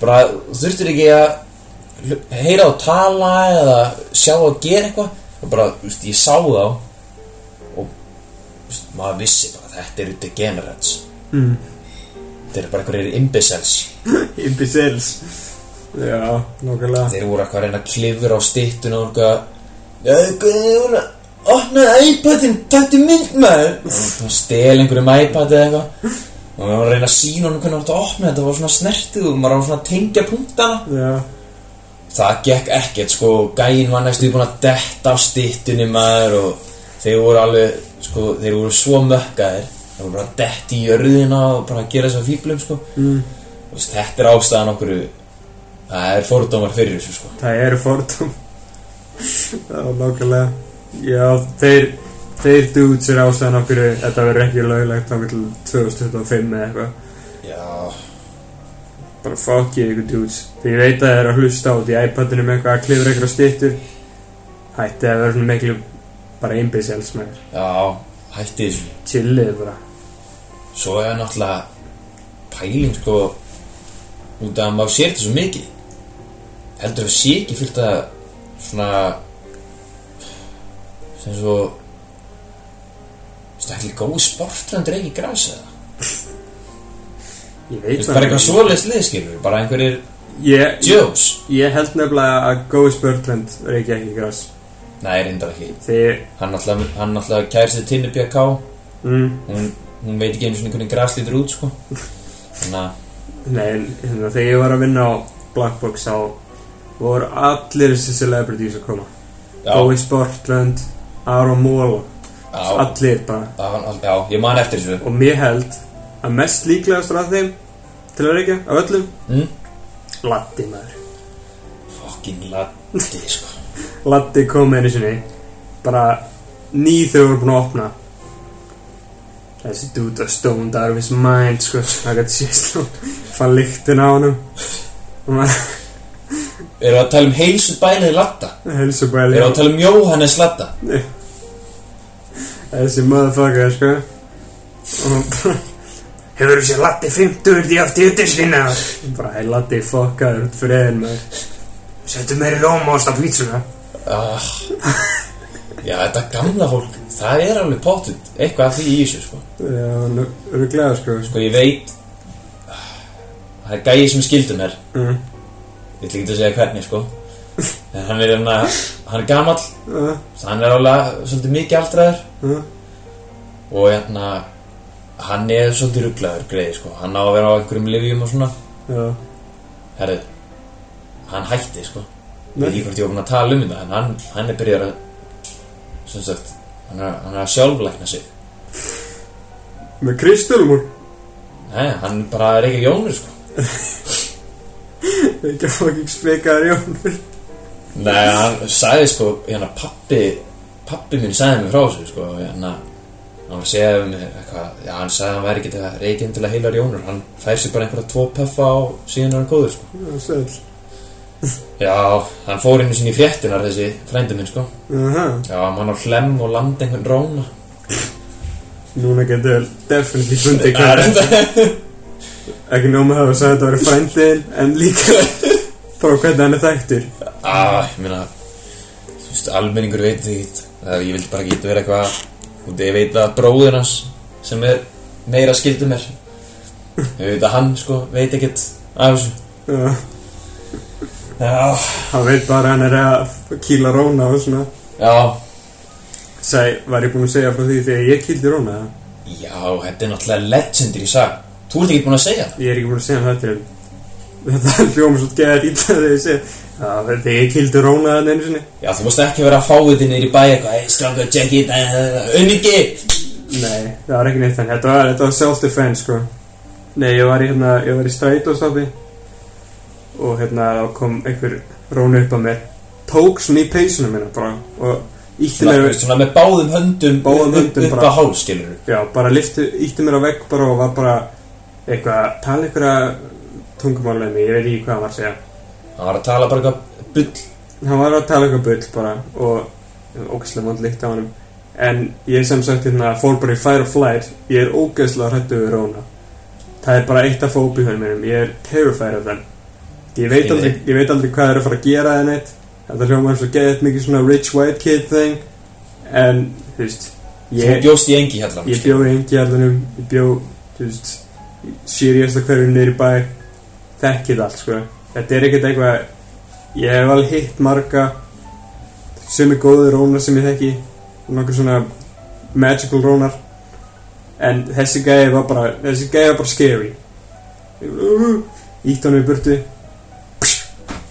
[SPEAKER 4] bara þú þurftir ekki að hlu- heyra og tala eða sjá að gera eitthvað og bara, þú veist, ég sá þá og þú veist, maður vissi bara þetta eru degenerates mm. þeir eru bara einhverjir imbeciles
[SPEAKER 3] imbeciles. Já, nokkulega.
[SPEAKER 4] Þeir voru eitthvað að reyna að klifra á styttun og eitthvað "Jæja, Guðni, hún opnaði iPadin, takti mynd maður Og Hún stel einhverjum iPad eða eitthvað Og við vorum að reyna að sína hún hvernig átti að opna þetta var svona snertið og maður var svona að tengja punktana
[SPEAKER 3] Já,
[SPEAKER 4] Það gekk ekkert sko, gæinn var næstu búin að detta á styttunni maður og þeir voru alveg, sko, þeir voru svo mökkaðir Þeir voru bara að detta í jörðina og bara að gera þess að fíblum sko mm. Þetta er ástæðan okkur, það er fordómar fyrir þessu sko
[SPEAKER 3] það eru fordum. Já, nokkulega. Já, þeir, þeir dudes er ástæðan okkur, þetta verður ekki löglegt þá til 2025 eða eitthvað.
[SPEAKER 4] Já,
[SPEAKER 3] bara fuck you ykkur dudes því ég veit að það er að hlusta út í iPadinu með eitthvað að klifra eitthvað stýttur hætti að vera svona miklu bara imbeciles með þér
[SPEAKER 4] já, hætti þessu
[SPEAKER 3] chillið bara
[SPEAKER 4] Svo er náttúrulega pæling sko út af að maður sér þetta svo mikið heldur að sé ekki fullt að svona sem svo Þetta er ekki góð sportlandur ekki græs eða
[SPEAKER 3] ég
[SPEAKER 4] Þú
[SPEAKER 3] veit
[SPEAKER 4] veist, bara eitthvað svoleiðs liðskilur Bara einhverjir
[SPEAKER 3] ég,
[SPEAKER 4] Joes
[SPEAKER 3] ég held nefnilega að Gói Spörtland er ekki ekki græs
[SPEAKER 4] Nei, reyndar ekki
[SPEAKER 3] því
[SPEAKER 4] Hann náttúrulega, hann náttúrulega kærstið Tinnu BK
[SPEAKER 3] mm,
[SPEAKER 4] hún, hún veit ekki einu svona hvernig græs lítur út sko Þannig að
[SPEAKER 3] nei, en, hérna, þegar ég var að vinna á Blackbox þá voru allir þessi celebrities að koma
[SPEAKER 4] Já,
[SPEAKER 3] Gói Spörtland Aron Móla
[SPEAKER 4] já,
[SPEAKER 3] allir bara
[SPEAKER 4] já, já, ég man eftir þessu
[SPEAKER 3] og mér held að mest líklegast að þeim til að reykja af öllum
[SPEAKER 4] Mm.
[SPEAKER 3] Latti maður
[SPEAKER 4] Fucking latti, sko
[SPEAKER 3] Latti kom einu sinni bara nýð þau voru búin að opna þessi dude að stoned out of his mind sko, það gæti sést og fann lyktin á honum og maður
[SPEAKER 4] Erum við að tala um heilsu bæniði latta?
[SPEAKER 3] helsa
[SPEAKER 4] Erum
[SPEAKER 3] bæli
[SPEAKER 4] við að tala um Jóhannes latta?
[SPEAKER 3] þessi motherfucker sko og bara hefur þú sér Latti 50 því afti yttir sinna bara hei Latti fokkaður út fyrir eðin maður settu meiri rómást á pítsuna
[SPEAKER 4] Ah. Já, þetta gamla fólk Það er alveg potið Eitthvað af því í þessu, sko
[SPEAKER 3] Já, öruglega sko
[SPEAKER 4] Sko, ég veit ah, Það er gæið sem skildum er
[SPEAKER 3] mm.
[SPEAKER 4] Ég ætla ekki að segja hvernig, sko En hann er hérna Hann er gamall
[SPEAKER 3] uh,
[SPEAKER 4] Hann er alveg svolítið mikið aldraður
[SPEAKER 3] uh,
[SPEAKER 4] Og hérna Hann er svolítið rugglaður greið, sko Hann á að vera á einhverjum livjum og svona
[SPEAKER 3] Já,
[SPEAKER 4] Herðu, hann hætti sko Ég veit ekki hvort ég var búinn að tala um þetta En hann, hann er byrjar að Sem sagt, hann er, hann er að sjálflækna sig
[SPEAKER 3] með kristalmur
[SPEAKER 4] Nei, hann bara er ekki jónur sko
[SPEAKER 3] Ekki að fucking spekaður Jón
[SPEAKER 4] Nei, hann sagði sko Hérna pappi, pappi minn sagði mér frá þessu sko Hérna, hann var að segja um eitthvað Já, hann sagði að hann væri ekki að reikinn til að heila jónur Hann fær sér bara einhverja tvo peffa á Síðan er hann góður sko
[SPEAKER 3] Sæll
[SPEAKER 4] Já, hann fór einu sinni í fréttunar þessi frændi minn sko
[SPEAKER 3] Aha,
[SPEAKER 4] Já, hann var á hlem og landi einhvern róna
[SPEAKER 3] Núna getur vel definitely fundið
[SPEAKER 4] Það er
[SPEAKER 3] hvað
[SPEAKER 4] þetta
[SPEAKER 3] Ekki nóma það að sagði þetta verið frændin En líka Bara hvernig hann er þekktur
[SPEAKER 4] Ah, ég meina Þú veist, almenningur veit því Ég vildi bara ekki vera eitthvað og ég veit að bróðir hans sem er meira skildur mér ég veit að hann sko veit ekkert af þessu
[SPEAKER 3] Já,
[SPEAKER 4] já,
[SPEAKER 3] hann veit bara að hann er að kýla róna og svona
[SPEAKER 4] já,
[SPEAKER 3] Sæ, var ég búinn að segja frá því þegar ég kýldi róna eða?
[SPEAKER 4] já þetta er náttúrulega legendary sag þú ert ekki búin að segja það
[SPEAKER 3] Ég er ekki búinn að segja þetta en þetta hljóma svo geðar ít að þegar ég segja Það var þegar ég kýldi róna þannig einu sinni
[SPEAKER 4] já, þú mást ekki vera að fá þetta niður í bæ eitthvað, ei, stráka, check it, unningi
[SPEAKER 3] Nei, það var ekki neitt þannig Þetta var, þetta var self-defense sko Nei, ég var í, hérna, ég var í strætóstafi og hérna þá kom einhver róna upp á mér tók svona í peysuna mína bara og ítti mér
[SPEAKER 4] svona, svona með báðum höndum,
[SPEAKER 3] Báðum höndum
[SPEAKER 4] upp, upp
[SPEAKER 3] bara.
[SPEAKER 4] að hálf, skilur
[SPEAKER 3] Já, bara liftu, ítti mér á vegg bara og var bara eitthvað, tala eitthvað tungumálið mig, ég veit ekki hvað hann var að segja
[SPEAKER 4] hann var að tala bara eitthvað bull
[SPEAKER 3] hann var að tala eitthvað bull bara og ógæslega vond líkt á hann en ég sem sagt hérna fór bara í fire or flight, ég er ógæslega hrættu við róna það er bara eitt af fóbíhörnum mínum, ég er terrified af þeim ég veit,
[SPEAKER 4] Ég-
[SPEAKER 3] aldrei, ég veit aldrei hvað það er að fara að gera en eitt þetta hljóma eins og geðið mikið svona rich white kid thing en, þú veist
[SPEAKER 4] þú bjóst í engi hérna
[SPEAKER 3] Ég bjó í engjarlunum, ég bjó, þú veist, síriasta hverjum niður í bæ, þekkið allt, sko. Þetta er ekkert eitthvað, ég hef alveg hitt marga, sumi góðu rónar sem ég þekki, nokkur svona magical rónar, en þessi gæði var bara, þessi gæði var bara scary. Ítt honum í burtu,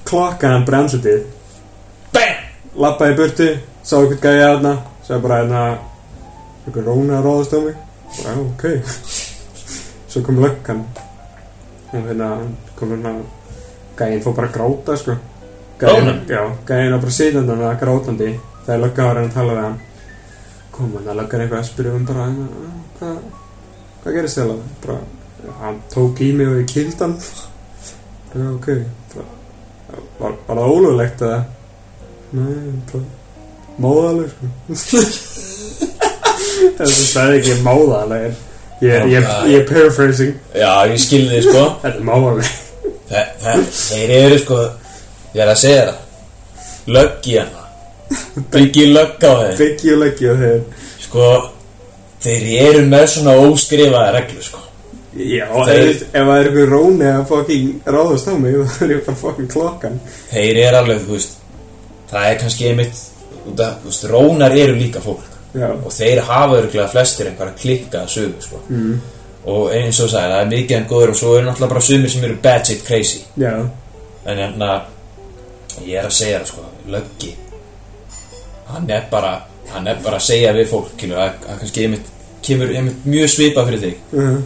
[SPEAKER 3] klokkaði hann bremsutið,
[SPEAKER 4] bam
[SPEAKER 3] lappaði í burtu, sá eitthvað gæja þarna, sagði bara hérna, eitthvað róna að ráðast á mig, bara "Já, ok. Svo kom löggan og hérna hann kom hérna, gæjinn fór bara að gráta sko.
[SPEAKER 4] Rónan?
[SPEAKER 3] Já, gæjinn var bara sitjandi hann að grátandi þegar löggan var að reyna að tala við hann. Kom hann að löggan eitthvað að spyrja um bara, "Hérna, hvað, hvað gerist þér alveg? Bara, hann tók í mig og ég kýldi hann. Já, ok. Bara, var, var það ólöglegt eða? Nei, bara Máðaleg sko Þetta sagði ekki máðaleg Ég er, ég, er- ég er paraphrasing
[SPEAKER 4] já, ég skilði þið sko
[SPEAKER 3] Þetta er máðaleg
[SPEAKER 4] Þe, þe, þeir eru sko Ég er að segja það Löggi hana Byggi lögg á þeim
[SPEAKER 3] Biggi og leggi og þeir
[SPEAKER 4] Sko Þeir eru með svona óskrifaða reglu sko
[SPEAKER 3] Já,
[SPEAKER 4] Þeir-
[SPEAKER 3] ef ef það er einhver róni að fucking ráðast á mig þá er ég bara fucking klokkan
[SPEAKER 4] Þeir eru alveg, þú veist Það er kannski einmitt út af, Þú veist, rónar eru líka fólk
[SPEAKER 3] Já,
[SPEAKER 4] Og þeir hafa örgulega flestir einhverja klikkaða sögu sko mm. Og eins og sagði, það er mikið en góður Og svo eru náttúrulega bara sumir sem eru bad shit crazy
[SPEAKER 3] já,
[SPEAKER 4] En hérna Ég er að segja það sko, löggi Hann er bara Hann er bara að segja við fólk kínu, að, að kannski einmitt, kemur einmitt mjög svipa fyrir þig
[SPEAKER 3] uh,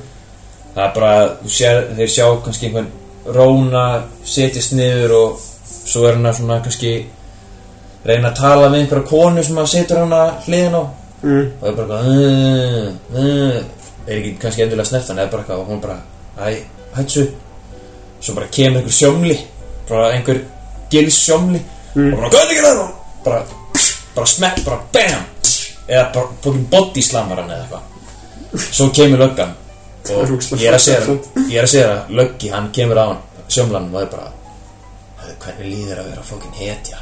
[SPEAKER 4] Það er bara, þú sér, þeir sjá kannski einhvern Róna, setjast niður Og svo er hann að svona kannski Reyna að tala við einhverja konu Sem að setur hann að hliðin á Og
[SPEAKER 3] mm,
[SPEAKER 4] það er bara eitthvað uh, uh, Er ekki kannski endilega snert hann Eða bara eitthvað og hún bara Æ, hættu Svo bara kemur einhver sjómli Bara einhver gils sjómli
[SPEAKER 3] Mm.
[SPEAKER 4] Og bara, hvað er ekki það? Bara, bara smekk, bara BAM Eða bara fókin body slammar hann eða eitthvað Svo kemur löggan
[SPEAKER 3] er
[SPEAKER 4] Og
[SPEAKER 3] ógeðslega
[SPEAKER 4] ég er að segja
[SPEAKER 3] fallegt
[SPEAKER 4] það Ég er að segja það, löggi, hann kemur á hann Sjómlanum og það er bara "Æ, Hvernig líður að vera fókin hetja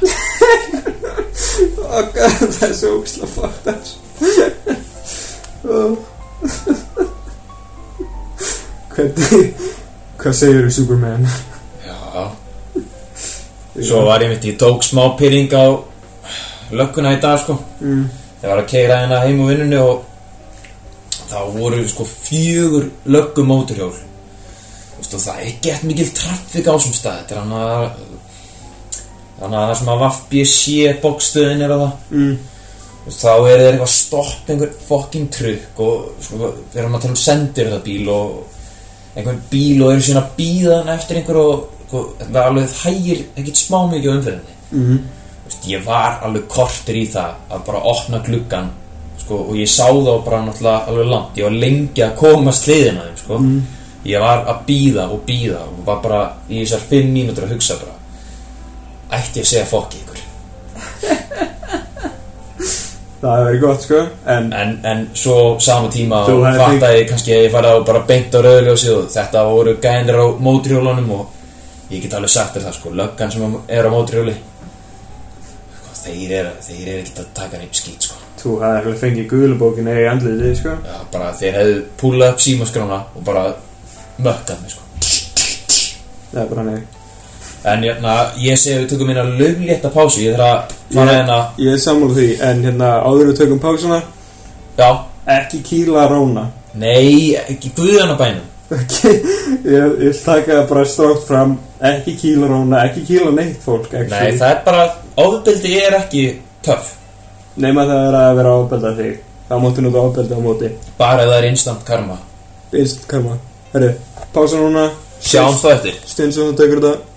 [SPEAKER 3] oh god, það er svo ógislega fucked up Oh. Hvernig Hvað segirðu Superman?
[SPEAKER 4] Já Svo var ég mitt, ég tók smá pyrring á lögguna í dag sko
[SPEAKER 3] Mm.
[SPEAKER 4] Ég var að keira hérna heim úr vinnunni og þá voru sko fjögur löggum móturhjól Vistu, Það er gett mikil traffik á sem stað Þetta er hann að Þannig að það sem að Vaff BC bókstöðin er að það
[SPEAKER 3] Mm.
[SPEAKER 4] Þú veist, þá er þeir eitthvað stopp einhver fokkin trukk og sko, við erum að tala um sendir það bíl og einhvern bíl og eru síðan að býða hann eftir einhver og sko, það alveg hægir ekkert smá mikið á umferðinni
[SPEAKER 3] Mm.
[SPEAKER 4] Þú veist, ég var alveg kortur í það að bara opna gluggan sko, og ég sá þá bara náttúrulega alveg langt ég var lengi að koma sliðin að þeim sko. ég var að býða og býða og var bara í þessar fimm mínútur að hugsa bara ætti ég að segja fokki ykkur
[SPEAKER 3] Það hefur verið gott sko En
[SPEAKER 4] en, en svo sama tíma
[SPEAKER 3] Þú
[SPEAKER 4] og
[SPEAKER 3] hefði-
[SPEAKER 4] fattaði ég kannski að ég farið á bara beint á rauðljósi og þetta voru gænir á mótrjólunum og ég get alveg sagt þér það sko, löggan sem er á mótrjóli þeir eru þeir eru ekkert að taka neitt skýt sko
[SPEAKER 3] Þú hefði alveg fengið guðlubókina í andliðið, sko
[SPEAKER 4] Já, bara þeir hefðu púlað upp símaskrána og bara mökkað mig sko
[SPEAKER 3] Það er bara nei
[SPEAKER 4] En jæna, ég segi að við tökum minna löglétta pásu Ég þarf að fara hérna
[SPEAKER 3] Ég er sammála því, en hérna áður en við tökum pásuna
[SPEAKER 4] Já,
[SPEAKER 3] Ekki kýla rána
[SPEAKER 4] nei, ekki guðana bænum
[SPEAKER 3] Ekki, ég, ég vil taka það bara strókt fram Ekki kýla rána, ekki kýla neitt fólk
[SPEAKER 4] Nei, það er bara, ofbeldi er ekki töff
[SPEAKER 3] Nefna það er að vera ábelda þig Það máttu nú það ábelda á móti
[SPEAKER 4] Bara ef það er instant karma
[SPEAKER 3] Einst, koma, herru, pása núna
[SPEAKER 4] Sjáum það eftir
[SPEAKER 3] Stund sem þú tekur þetta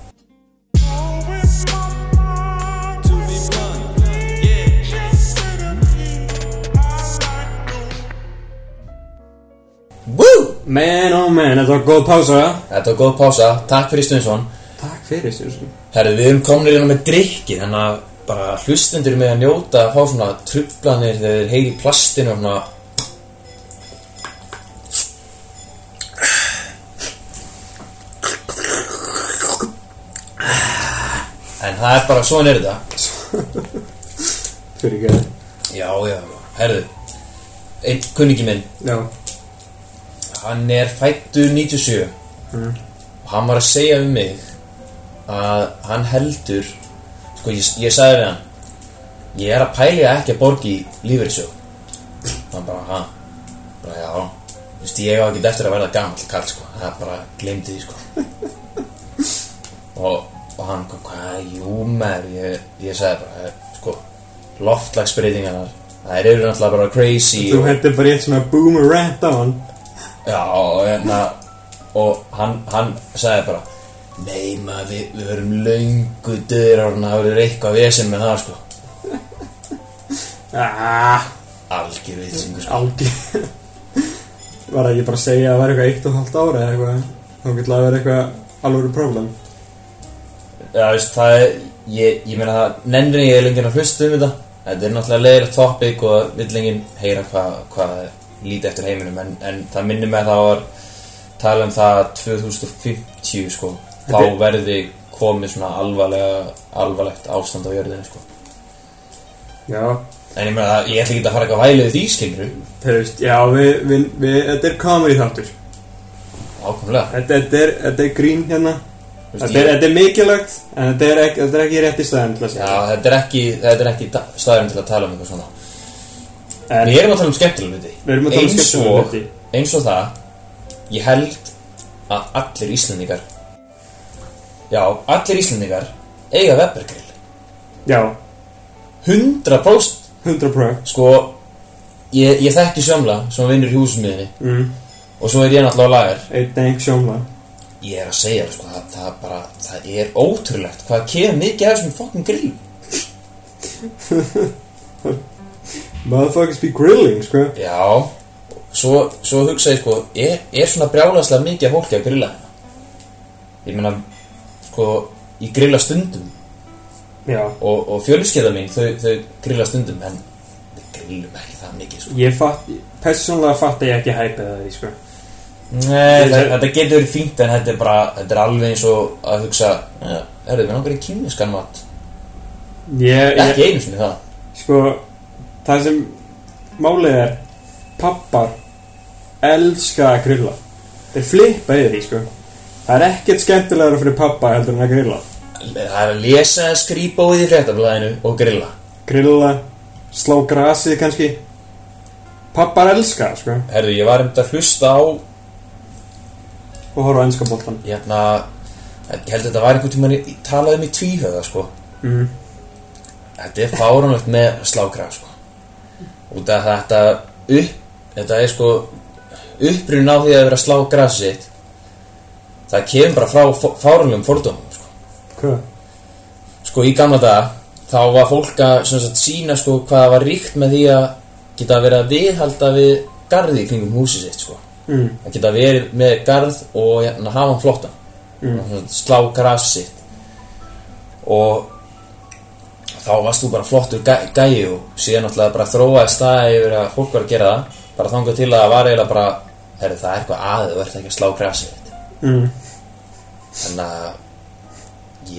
[SPEAKER 4] Woo!
[SPEAKER 3] Man, oh man, þetta var góð pása
[SPEAKER 4] Þetta var góð pása, takk fyrir Stunnsson
[SPEAKER 3] Takk fyrir, Sjónsson
[SPEAKER 4] Herðu, við erum komin hérna með drikki Þannig að bara hlustendur með að njóta að fá svona trublanir þegar þeir heyri plastinu og svona En það er bara, svona er þetta
[SPEAKER 3] Fyrir ekki það
[SPEAKER 4] Já, já, herðu Einn kunningi minn,
[SPEAKER 3] Já,
[SPEAKER 4] hann er fættur 97 og hann var að segja um mig að hann heldur sko ég, ég sagði við hann ég er að pæla ég ekki að borga í lífeyrissjóð hann bara ha bara já Þú veist, ég á ekki eftir að verða gamall kall sko. það bara glemdi því sko. og, og hann kom hvað, jú maður ég, ég sagði bara sko, loftlagsbreytingarnar það eru náttúrulega bara crazy
[SPEAKER 3] þú
[SPEAKER 4] og-
[SPEAKER 3] hætti bara eitt svona boomer rant á hann
[SPEAKER 4] Já, og hérna Og hann, hann sagði bara Nei maður, við, við verum löngu döður ára Það verður eitthvað vesinn með það sko
[SPEAKER 3] Ah,
[SPEAKER 4] Algjör vitsingur sko
[SPEAKER 3] algi Var það ekki bara að segja að það var eitthvað eitt og halvt ára eða eitthvað Þá getur það að vera eitthvað alvöru problem
[SPEAKER 4] Já, veist, það er Ég, ég meina það, nennir ég er lengið að hlusta um þetta Þetta er náttúrulega leiðilegt topic Og vill lengið heyra hvað hva lítið eftir heiminum en, en það minnir mig að það var Tala um það að 2050 sko Þá
[SPEAKER 3] Þetta-
[SPEAKER 4] verði komið svona alvarlega Alvarlegt ástand á jörðinu sko
[SPEAKER 3] Já,
[SPEAKER 4] En ég meina að ég ætla ekki að fara eitthvað vælið því skilur
[SPEAKER 3] þú veist, já, við, við, við, þetta er comedy þáttur
[SPEAKER 4] Ákvæmlega
[SPEAKER 3] Þetta, þetta, er, þetta er grín hérna
[SPEAKER 4] Þú veist,
[SPEAKER 3] Þetta er,
[SPEAKER 4] ég-
[SPEAKER 3] þetta er mikilvægt, en þetta er ekki, þetta er ekki rétt í staðin til að
[SPEAKER 4] Já,
[SPEAKER 3] segja
[SPEAKER 4] þetta er ekki, þetta er ekki da- staðurinn til að tala um eitthvað svona
[SPEAKER 3] En
[SPEAKER 4] Við erum að tala um skemmtilega hluti
[SPEAKER 3] Við erum að tala um
[SPEAKER 4] Eins
[SPEAKER 3] skemmtilega
[SPEAKER 4] og-
[SPEAKER 3] hluti.
[SPEAKER 4] Eins og það Ég held að allir Íslendingar Já, allir Íslendingar eiga Webergrill
[SPEAKER 3] já,
[SPEAKER 4] 100%
[SPEAKER 3] 100 pro
[SPEAKER 4] Sko, ég, ég þekki sjömla sem vinnur í húsmiðinni
[SPEAKER 3] mm.
[SPEAKER 4] og svo er ég náttúrulega á lagar
[SPEAKER 3] Eitt deng sjóma
[SPEAKER 4] Ég er að segja, þér, sko, það, það bara, það er ótrúlegt hvað kemur mikið af þessum fokkin grill
[SPEAKER 3] Motherfuckers be grilling, sko
[SPEAKER 4] Já Svo, svo hugsa ég sko Er, er svona brjálaslega mikið af fólki að grilla hérna Ég meina Sko Ég grilla stundum
[SPEAKER 3] Já
[SPEAKER 4] Og, og fjölskeiða mín þau, þau grilla stundum En við grillum ekki það mikið sko
[SPEAKER 3] Ég fatt, persónulega fatt ég ekki hæpið það því, sko
[SPEAKER 4] Nei, þetta, þetta getur verið fínt En þetta er bara Þetta er alveg eins og að hugsa ja, Erðu, við náttúrulega kýmiskan mat
[SPEAKER 3] Ég, ég,
[SPEAKER 4] Ekki einu sinni það
[SPEAKER 3] sko Það sem málið er Pappar Elska að grilla Þeir flippa yfir því, sko Það er ekkert skemmtilegra fyrir pappa heldur en að grilla
[SPEAKER 4] Það er að lesa skrýbóið í fréttablaðinu Og grilla
[SPEAKER 3] Grilla, slá grasið kannski Pappar elska, það, sko
[SPEAKER 4] Herðu, ég var um þetta að hlusta á
[SPEAKER 3] Og horfa á ennska boltan
[SPEAKER 4] Hérna Ég held að þetta var einhvern tímann í- í- Talað um í tvíhöða sko
[SPEAKER 3] mm.
[SPEAKER 4] Þetta er fáránlegt með slágra sko. Út af þetta upp, Þetta er sko Upprinn á því að vera að slá grasið sitt Það kemur bara frá fó- fáránlegum fordómum sko.
[SPEAKER 3] Hvað?
[SPEAKER 4] sko í gamla daga Þá var fólk að sem sagt, sína sko Hvað það var ríkt með því að Geta verið að viðhalda við garði í Kringum húsi sitt sko
[SPEAKER 3] Mm.
[SPEAKER 4] að geta verið með garð og hérna, hafa hann flottan mm. slá grasið sitt og þá varst þú bara flottur gæ, gæi og síðan náttúrulega bara þróaði staði yfir að fólk var að gera það bara þangað til að það var eiginlega bara herri, það er eitthvað aðeins, þú ert ekki að slá grasið sitt
[SPEAKER 3] Mm.
[SPEAKER 4] þannig að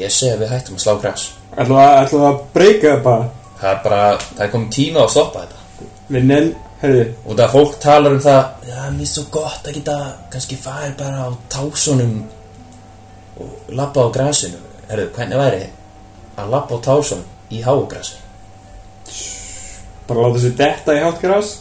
[SPEAKER 4] ég segi að við hættum að slá gras
[SPEAKER 3] Ætlaðu að, ætlaðu að breyka það bara
[SPEAKER 4] það er bara, það er komið tíma á að stoppa þetta
[SPEAKER 3] vinnan, herðu,
[SPEAKER 4] Og það fólk talar um það Já, mér er svo gott að geta kannski farið bara á tásunum og labba á grasinu Herðu, hvernig væri að labba á tásunum í hágrasinu?
[SPEAKER 3] bara láta sér detta í hátgrás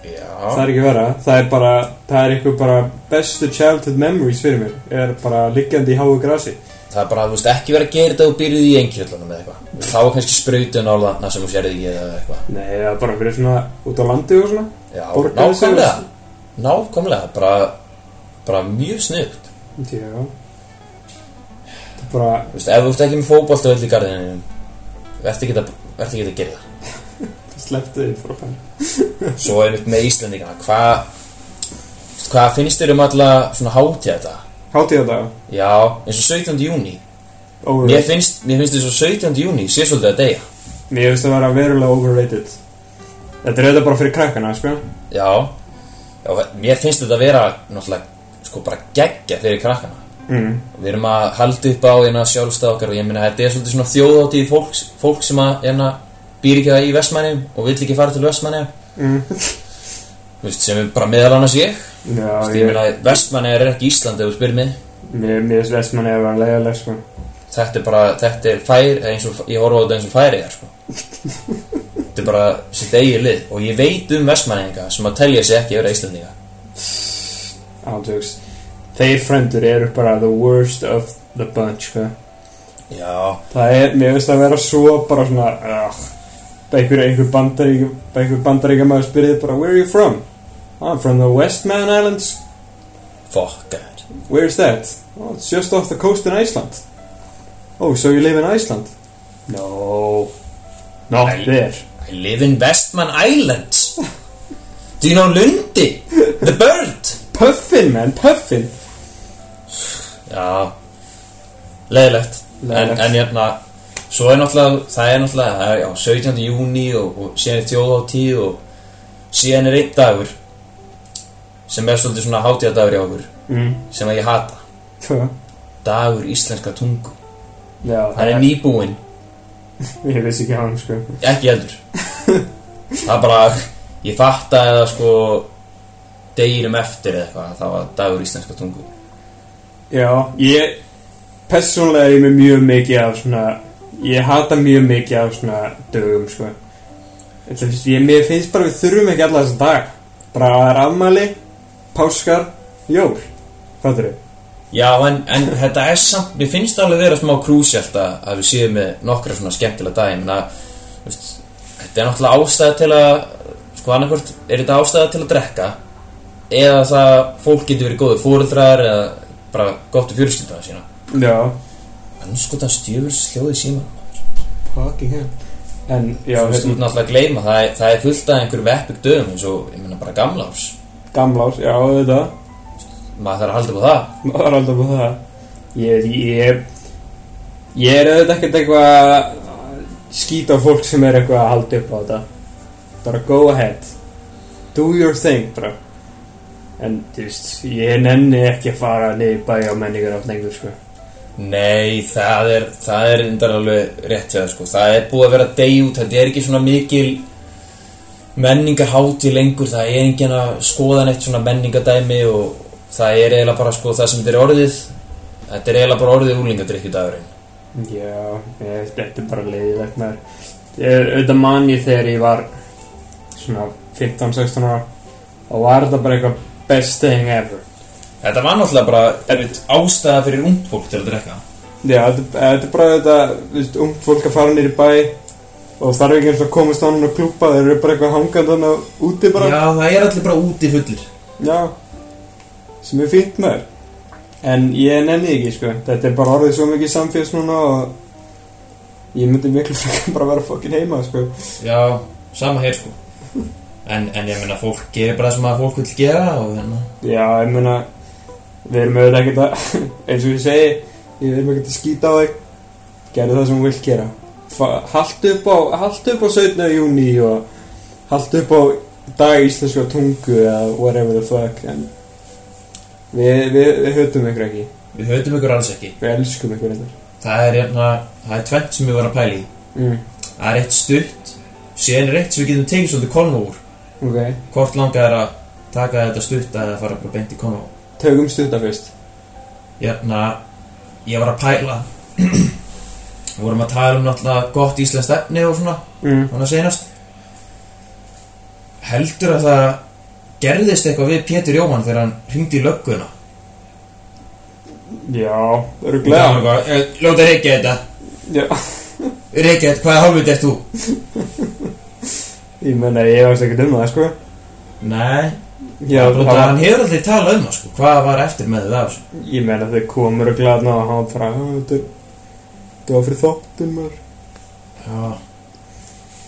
[SPEAKER 3] það
[SPEAKER 4] Já
[SPEAKER 3] er ekki vera, það er bara það er eitthvað bara bestu childhood memories fyrir mér, er bara liggjandi í háu grasi
[SPEAKER 4] Það er bara, þú veist, ekki verið að gera þetta og byrjuð í einhjöllunum eða eitthvað Þá er kannski sprautun á þarna sem þú sérði ekki eða eitthvað
[SPEAKER 3] nei, það er bara fyrir svona út á landi og svona
[SPEAKER 4] Já,
[SPEAKER 3] Borgaði sig
[SPEAKER 4] nákvæmlega Nákvæmlega, bara, bara mjög snugt
[SPEAKER 3] já það er bara,
[SPEAKER 4] Þú veist, ef þú ert ekki með fótbolt og öll í garðinu Vertu ekki að, vertu ekki að gera það
[SPEAKER 3] slepptu þið frá hann
[SPEAKER 4] Svo er mitt með Íslandingana Hvað hva finnst þér um alla svona hátíða þetta?
[SPEAKER 3] hátíða dag,
[SPEAKER 4] Já, eins og 17. júni
[SPEAKER 3] over
[SPEAKER 4] Mér finnst, mér finnst þess að 17. júni sé svolítið að deyja
[SPEAKER 3] Mér finnst það að vera verulega overrated Þetta er auðvitað bara fyrir krakkana, sko
[SPEAKER 4] Já, já mér finnst þetta að vera náttúrulega sko bara geggja fyrir krakkana
[SPEAKER 3] mm.
[SPEAKER 4] Við erum að halda upp á eina sjálfstæð okkar og ég meina þetta er svolítið svona þjóðáttíð fólks, fólk sem að hérna býr ekki í Vestmannum og vill ekki fara til Vestmannum
[SPEAKER 3] Mm.
[SPEAKER 4] Vist, sem er bara meðal annars ég
[SPEAKER 3] Já,
[SPEAKER 4] Vist, ég
[SPEAKER 3] ég,
[SPEAKER 4] meina Vestmannir er ekki Ísland ef þú spyrir mig
[SPEAKER 3] mér, mér finnst Vestmanni að vera leiðileg, sko
[SPEAKER 4] þetta er bara, þetta er fær eins og, ég horfa á þetta eins og færi sko. þetta er bara sitt eigið lið og ég veit um vestmanninga sem að telja sig ekki að vera Íslandinga
[SPEAKER 3] Ándjóks Þeir frendur eru bara the worst of the bunch, sko
[SPEAKER 4] já,
[SPEAKER 3] Það er, mér finnst það að vera svo bara svona uh, Einhver, einhver bandaríkja Einhver bandaríkja maður spyrðið bara Where are you from? I'm from the Westman Islands
[SPEAKER 4] fuck it
[SPEAKER 3] Where's that? Oh, it's just off the coast in Iceland Oh, so you live in Iceland? No Not
[SPEAKER 4] I-
[SPEAKER 3] there
[SPEAKER 4] I live in Westman Islands do you know Lundi the bird
[SPEAKER 3] Puffin, man, Puffin
[SPEAKER 4] já, leðilegt en,
[SPEAKER 3] Leiðilegt.
[SPEAKER 4] en hérna svo er náttúrulega, það er náttúrulega það er, já, 17. júni og, og síðan er þjóðháttíð og síðan er einn dagur sem er svolítið svona hátíðadagur í okkur
[SPEAKER 3] mm.
[SPEAKER 4] sem að ég hata
[SPEAKER 3] Tvö.
[SPEAKER 4] dagur íslenska tungu
[SPEAKER 3] Já, það
[SPEAKER 4] hann er nýbúinn,
[SPEAKER 3] Ég vissi ekki hann, sko
[SPEAKER 4] ekki heldur það er bara ég fattaði það sko deginum eftir eða eitthvað það var dagur íslenska tungu
[SPEAKER 3] Já, ég Persónlega er ég með mjög mikið af svona Ég hata mjög mikið af svona dögum, sko Þetta finnst, ég, mér finnst bara við þurfum ekki alla þessa dag Bara að það er afmæli Páskar, jól Hvað er
[SPEAKER 4] já en, en þetta er samt mér finnst það alveg vera smá krúsjælt að, að við séum með nokkra svona skemmtilega dag en að veist, þetta er náttúrulega ástæða til að sko annarkvort er þetta ástæða til að drekka eða það fólk getur verið góðu fóreldrar eða bara gott í fjörskildana sína
[SPEAKER 3] Já,
[SPEAKER 4] en sko það stjöfur sljóði síma
[SPEAKER 3] fucking hell En,
[SPEAKER 4] þú veist, þú
[SPEAKER 3] já,
[SPEAKER 4] ert
[SPEAKER 3] hérna,
[SPEAKER 4] náttúrulega að gleyma það er, það er fullt af einhverjum epic dögum eins og, ég meina, bara gamla árs
[SPEAKER 3] gamlás, já, þetta
[SPEAKER 4] maður þarf að halda upp á það
[SPEAKER 3] maður er alltaf búið það ég, ég, ég er auðvitað ekkert eitthvað að skýta á fólk sem er eitthvað að halda upp á þetta bara go ahead do your thing bara en þú veist ég nenni ekki að fara niður í bæ á menningar átt lengur sko
[SPEAKER 4] nei, það er það er endar alveg rétt hjá þér, sko. það er búið að vera degi út þetta er ekki svona mikil menningarháti lengur það er engin að skoða neitt svona menningadæmi og það er eiginlega bara sko, það sem þetta er orðið þetta er eiginlega bara orðið úlingadrykju dagurinn
[SPEAKER 3] já, ég, þetta er bara leiðilegt maður ég er auðvitað manni þegar ég var svona 15-16 ára og var þetta bara eitthvað best thing ever
[SPEAKER 4] þetta var náttúrulega bara erfitt ástæða fyrir ungt fólk til að drekka
[SPEAKER 3] Já, þetta þetta er bara þetta, viðst, ungt fólk að fara nýri bæ og þarf ekki eins og að komast ánum og klúpa, þeir eru bara eitthvað hangandi hann úti bara.
[SPEAKER 4] já, það er allir bara úti fullir
[SPEAKER 3] Já, sem er fínt maður. En ég nenni ekki, sko, þetta er bara orðið svo mikið samfélags núna og ég myndi miklu frekar bara vera fokkin heima, sko.
[SPEAKER 4] Já, sama hér sko En, en ég meina fólk gerir bara það sem að fólk vil gera og hérna
[SPEAKER 3] Já, ég meina, við erum auðvitað ekkert að, eins og ég segi, við erum ekkert að skýta á þig, gerðu það sem þú vilt gera. Fa- Haltu upp á, haltu upp á 17. júni og haltu upp á dag íslenska tungu eða whatever the fuck, en við, við, við höfum ykkur ekki,
[SPEAKER 4] Við höfum ykkur alls ekki
[SPEAKER 3] við elskum ykkur þetta.
[SPEAKER 4] Það er hérna, það er tvennt sem ég var að pæla í
[SPEAKER 3] Mm.
[SPEAKER 4] Það er eitt stutt Síðan er eitt sem við getum tekið svolítið konvó úr
[SPEAKER 3] Ok,
[SPEAKER 4] Hvort langar þér að taka þetta stutta eða fara bara beint í konvó
[SPEAKER 3] tökum stutta fyrst
[SPEAKER 4] Jörna, ég var að pæla Við vorum að tala um náttúrulega gott íslenskt efni og svona
[SPEAKER 3] mm.
[SPEAKER 4] Þannig að seinast Heldur að það gerðist eitthvað við Pétur Jóhann þegar hann hringdi í lögguna
[SPEAKER 3] Já,
[SPEAKER 4] Það var
[SPEAKER 3] öruglega
[SPEAKER 4] eitthvað, "Eh, Láta reykja þetta
[SPEAKER 3] Já,
[SPEAKER 4] Reykja þetta, hvaða hálfut ert þú?
[SPEAKER 3] ég meina, ég veist ekkert um það, sko
[SPEAKER 4] Nei,
[SPEAKER 3] Já,
[SPEAKER 4] það,
[SPEAKER 3] það
[SPEAKER 4] hann hefur aldrei talað um það sko Hvað var eftir með það sko? þessu?
[SPEAKER 3] Ég meina þau komur og gladna og hann bara, "Ah, þetta er- þetta var fyrir þóttin maður.
[SPEAKER 4] Já,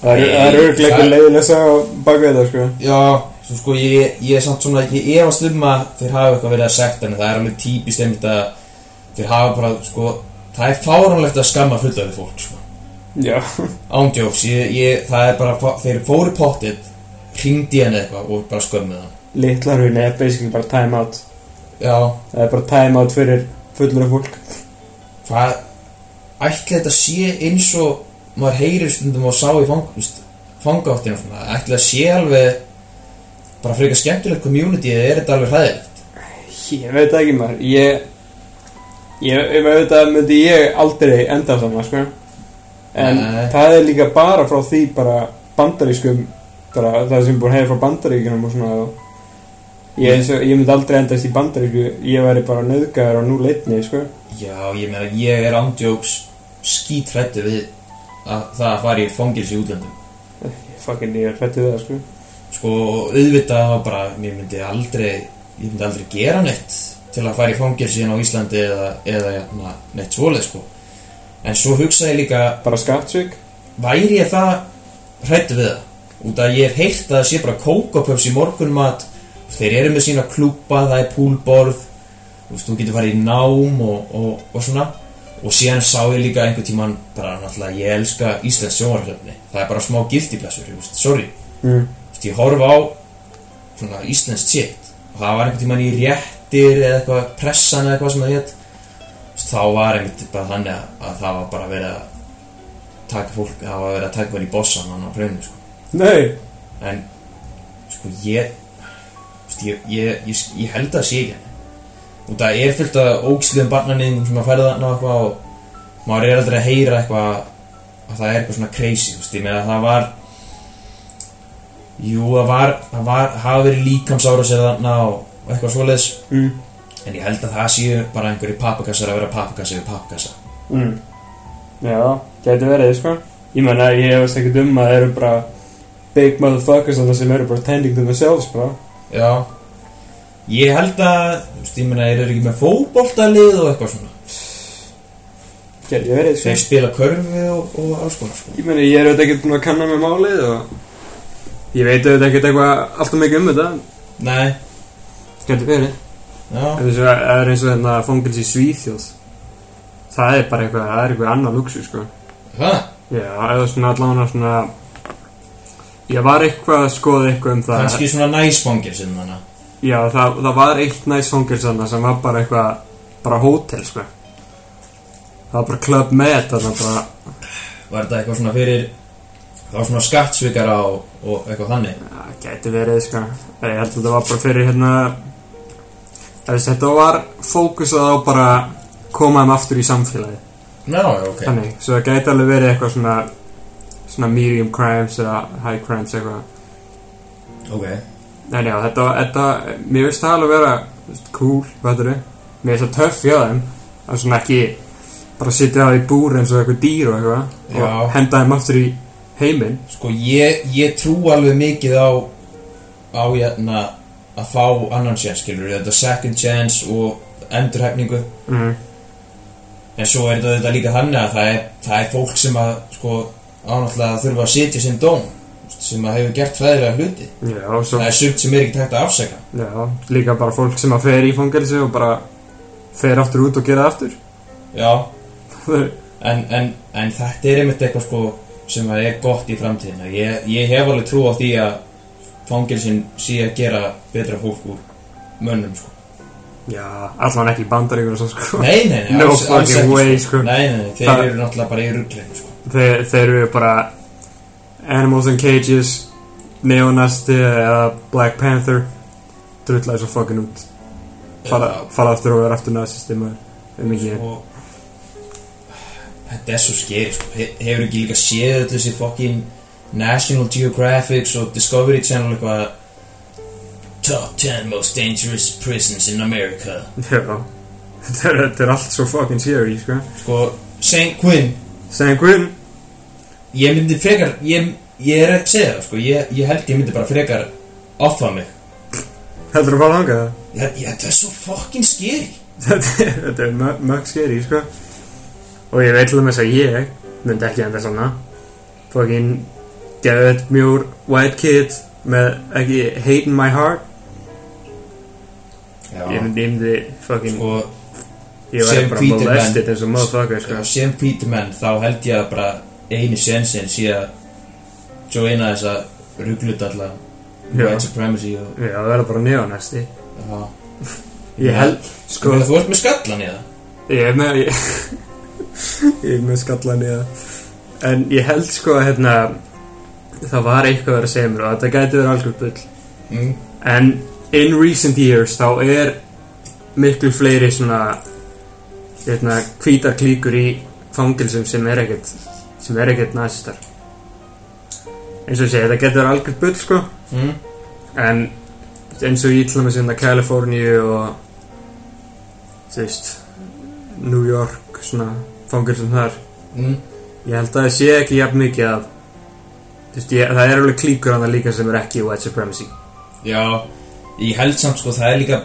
[SPEAKER 3] Það eru- það eru
[SPEAKER 4] Nei,
[SPEAKER 3] örugglega
[SPEAKER 4] það-
[SPEAKER 3] eitthvað leiðilega saga baka þetta sko.
[SPEAKER 4] Já, svo sko ég, ég er samt svona ég efast um að þeir hafa eitthvað verið að sekta en það er alveg típist einmitt að þeir hafa bara, sko það er fáranlegt að skamma fullari fólk sko.
[SPEAKER 3] Já,
[SPEAKER 4] ándjóks, ég, ég, það er bara fá- þeir fóru í pottið, hringdi í hann eitthvað og bara skömmið hann
[SPEAKER 3] litlar hún er basically bara time out.
[SPEAKER 4] Já,
[SPEAKER 3] Það er bara time out fyrir fullur af fólk.
[SPEAKER 4] hvað ætli þetta sé eins og maður heyrir stundum og sá í fang, fangáttinu svona, ætli það sé alveg bara frekar skemmtilegt community eða er þetta alveg hræðilegt
[SPEAKER 3] Ég veit það ekki maður, ég, ég, ég veit að myndi ég aldrei enda saman sko. En
[SPEAKER 4] Nei.
[SPEAKER 3] það er líka bara frá því bara bandarískum, bara það sem er búin að hefða frá bandaríkjunum og svona og Ég, eins og, ég myndi aldrei endast í bandaríku, ég væri bara nöðgæður og nú leitni, sko.
[SPEAKER 4] Já, ég meina, ég er ándjóks skítrættu við að það að fara í fangils í útlöndum.
[SPEAKER 3] Fucking ég er hrættið við það sko
[SPEAKER 4] Sko, auðvitað var bara, mér myndi aldrei, ég myndi aldrei gera neitt til að fara í fangils hérna á Íslandi eða, eða na, neitt svoleið, sko. En svo hugsaði ég líka,
[SPEAKER 3] Bara skattsvík
[SPEAKER 4] væri ég það hrættu við það? Út að ég hef heyrt að það sé bara kókapöps í morgunmat, þeir eru með sína klúpa, það er púlborð, þú veist, þú getur farið í nám og, og, og svona og síðan sá ég líka einhvern tíman bara náttúrulega, ég elska Íslands sjónvarhjöfni það er bara smá gildiblessur, ég veist, sorry
[SPEAKER 3] Mm.
[SPEAKER 4] Þú veist, ég horfa á svona Íslands shit og það var einhvern tíman í réttir eða eitthvað pressan eða eitthvað sem það hétt þá var einmitt bara þannig að, að það var bara verið að taka fólk, það var verið að taka verið í bossan hann á pröfnum, sko
[SPEAKER 3] Nei
[SPEAKER 4] en sko ég sko, ég, ég, ég, ég held að sé ekki henni og það er fullt af ógisluðum barnanýðingum sem að færa þarna og eitthvað og maður er aldrei að heyra eitthvað að það er eitthvað svona crazy þú veist, ég með að það var jú, það var, það var hafa verið líkamsára sér þarna og og eitthvað svoleiðis
[SPEAKER 3] mm.
[SPEAKER 4] en ég held að það séu bara einhverju pappakassar að vera pappakassa við pappakassa
[SPEAKER 3] Mm. Já, gæti verið sko Ég menna, ég hefast ekkert um að það eru bara Big motherfuckers þannig sem eru bara tending to themselves bara
[SPEAKER 4] já ég held að, þú veist, ég meina, eru þeir ekki með fótboltalið og eitthvað svona
[SPEAKER 3] Gæti verið sko
[SPEAKER 4] Þeir spila körfi og, og alls konar sko
[SPEAKER 3] Ég menna, ég er auðvitað ekkert búin að kanna með málið og Ég veit auðvitað ekkert eitthvað alltaf mikið um þetta
[SPEAKER 4] Nei,
[SPEAKER 3] Gæti verið
[SPEAKER 4] já,
[SPEAKER 3] Þess að það er eins og þetta fangils í Svíþjóð Það er bara eitthvað, það er eitthvað annað luxu sko
[SPEAKER 4] það
[SPEAKER 3] Já, eða svona allavega svona Ég var eitthvað að skoða eitthvað um það
[SPEAKER 4] Kanski svona næsfangir sem þarna
[SPEAKER 3] Já, það, það var eitt næst fangilsanna sem var bara eitthvað, bara hótel, sko. Það var bara Club Med, þannig að bara,
[SPEAKER 4] Var þetta eitthvað svona fyrir Það var svona skattsvikara og, og eitthvað þannig
[SPEAKER 3] ja, gæti verið, sko. Ég held að þetta var bara fyrir, hérna, þess, þetta var fókusað á bara komaðum aftur í samfélagi.
[SPEAKER 4] Já, já, ok
[SPEAKER 3] Þannig, svo það gæti alveg verið eitthvað svona, svona medium crimes eða high crimes eitthvað.
[SPEAKER 4] Ok,
[SPEAKER 3] Nei, já, þetta, þetta, mér finnst það alveg að vera þú veist, cool, veitur við Mér finnst það töff hjá þeim að svona ekki bara sitja það í búr eins og eitthvað dýr og eitthvað
[SPEAKER 4] Já.
[SPEAKER 3] og henda þeim aftur í heiminn
[SPEAKER 4] sko ég, ég trú alveg mikið á Á hérna að fá annan séns skilur Þetta second chance og endurhæfningu
[SPEAKER 3] mm.
[SPEAKER 4] En svo er þetta auðvitað líka þannig að það er, það er fólk sem að sko ánáttúrulega að þurfa að sitja sem dóm sem að hefur gert hræðilega hluti
[SPEAKER 3] Já, og svo,
[SPEAKER 4] Það er sumt sem er ekki tægt að afsaka
[SPEAKER 3] já, líka bara fólk sem að fer í fangelsi og bara fer aftur út og gera það aftur
[SPEAKER 4] Já,
[SPEAKER 3] Það er-
[SPEAKER 4] en, en, en þetta er einmitt eitthvað sko sem að er gott í framtíðina ég, ég hef alveg trú á því að fangilsin sé að gera betra fólk úr mönnum sko.
[SPEAKER 3] Já, allan ekki í bandaríkur og svo sko
[SPEAKER 4] Nei, nei, nei,
[SPEAKER 3] No
[SPEAKER 4] alls, alls
[SPEAKER 3] fucking
[SPEAKER 4] ekki
[SPEAKER 3] way,
[SPEAKER 4] sko.
[SPEAKER 3] sko.
[SPEAKER 4] Nei, nei, nei, þeir
[SPEAKER 3] Það-
[SPEAKER 4] eru náttúrulega bara í ruglinu sko.
[SPEAKER 3] þeir, þeir eru bara Animals in Cages Neonasti eða Black Panther drullæði svo fokkin út fara, fara aftur og vera aftur nazisti maður um ekki
[SPEAKER 4] og þetta er svo skeið sko. He- hefur ekki líka séð öll þessi fokkin National Geographic og Discovery Channel eitthvað Top 10 most dangerous prisons in America
[SPEAKER 3] Já. þetta er, þetta er allt svo fokkin séri sko.
[SPEAKER 4] sko, St. Quinn
[SPEAKER 3] Sanguin
[SPEAKER 4] ég myndi frekar ég, ég er ekki að segja það sko. ég, ég held ég myndi bara frekar offa mig
[SPEAKER 3] heldur að fara langað
[SPEAKER 4] ég, ég, þetta er svo fokkin skeið
[SPEAKER 3] þetta er, þetta er mö- mörg skeri sko. og ég veit til þess að ég myndi ekki enda svona fokkin Gerrit Mjúr White Kid með ekki Hate in My Heart ég myndi, ég myndi fokkin
[SPEAKER 4] sko,
[SPEAKER 3] ég væri
[SPEAKER 4] sem
[SPEAKER 3] bara
[SPEAKER 4] hvítir menn.
[SPEAKER 3] molested eins og motherfucker sko.
[SPEAKER 4] Já, sem hvíti menn þá held ég að bara eini sensin sé að joina þess að rugglut allan
[SPEAKER 3] Já.
[SPEAKER 4] white supremacy og
[SPEAKER 3] já það verður bara neonasti
[SPEAKER 4] já.
[SPEAKER 3] ég held sko
[SPEAKER 4] Sko, þú ert með skallan í það
[SPEAKER 3] ég er með ég, ég er með skallan í það en ég held sko að hérna það var eitthvað að vera að segja mér og þetta gæti verið algjör bull
[SPEAKER 4] mm.
[SPEAKER 3] en in recent years þá er miklu fleiri svona hérna hvítar klíkur í fangilsum sem er ekkert sem er ekkert nazistar eins og ég segi þetta getur algjör bull sko
[SPEAKER 4] Mm.
[SPEAKER 3] en eins og ég til dæmis hérna Kaliforníu og þú veist New York svona fangilsum þar
[SPEAKER 4] Mm.
[SPEAKER 3] ég held að það sé ekki jafn mikið að þú veist ég, það er alveg klíkur hann líka sem er ekki white supremacy
[SPEAKER 4] já, ég held samt sko það er líka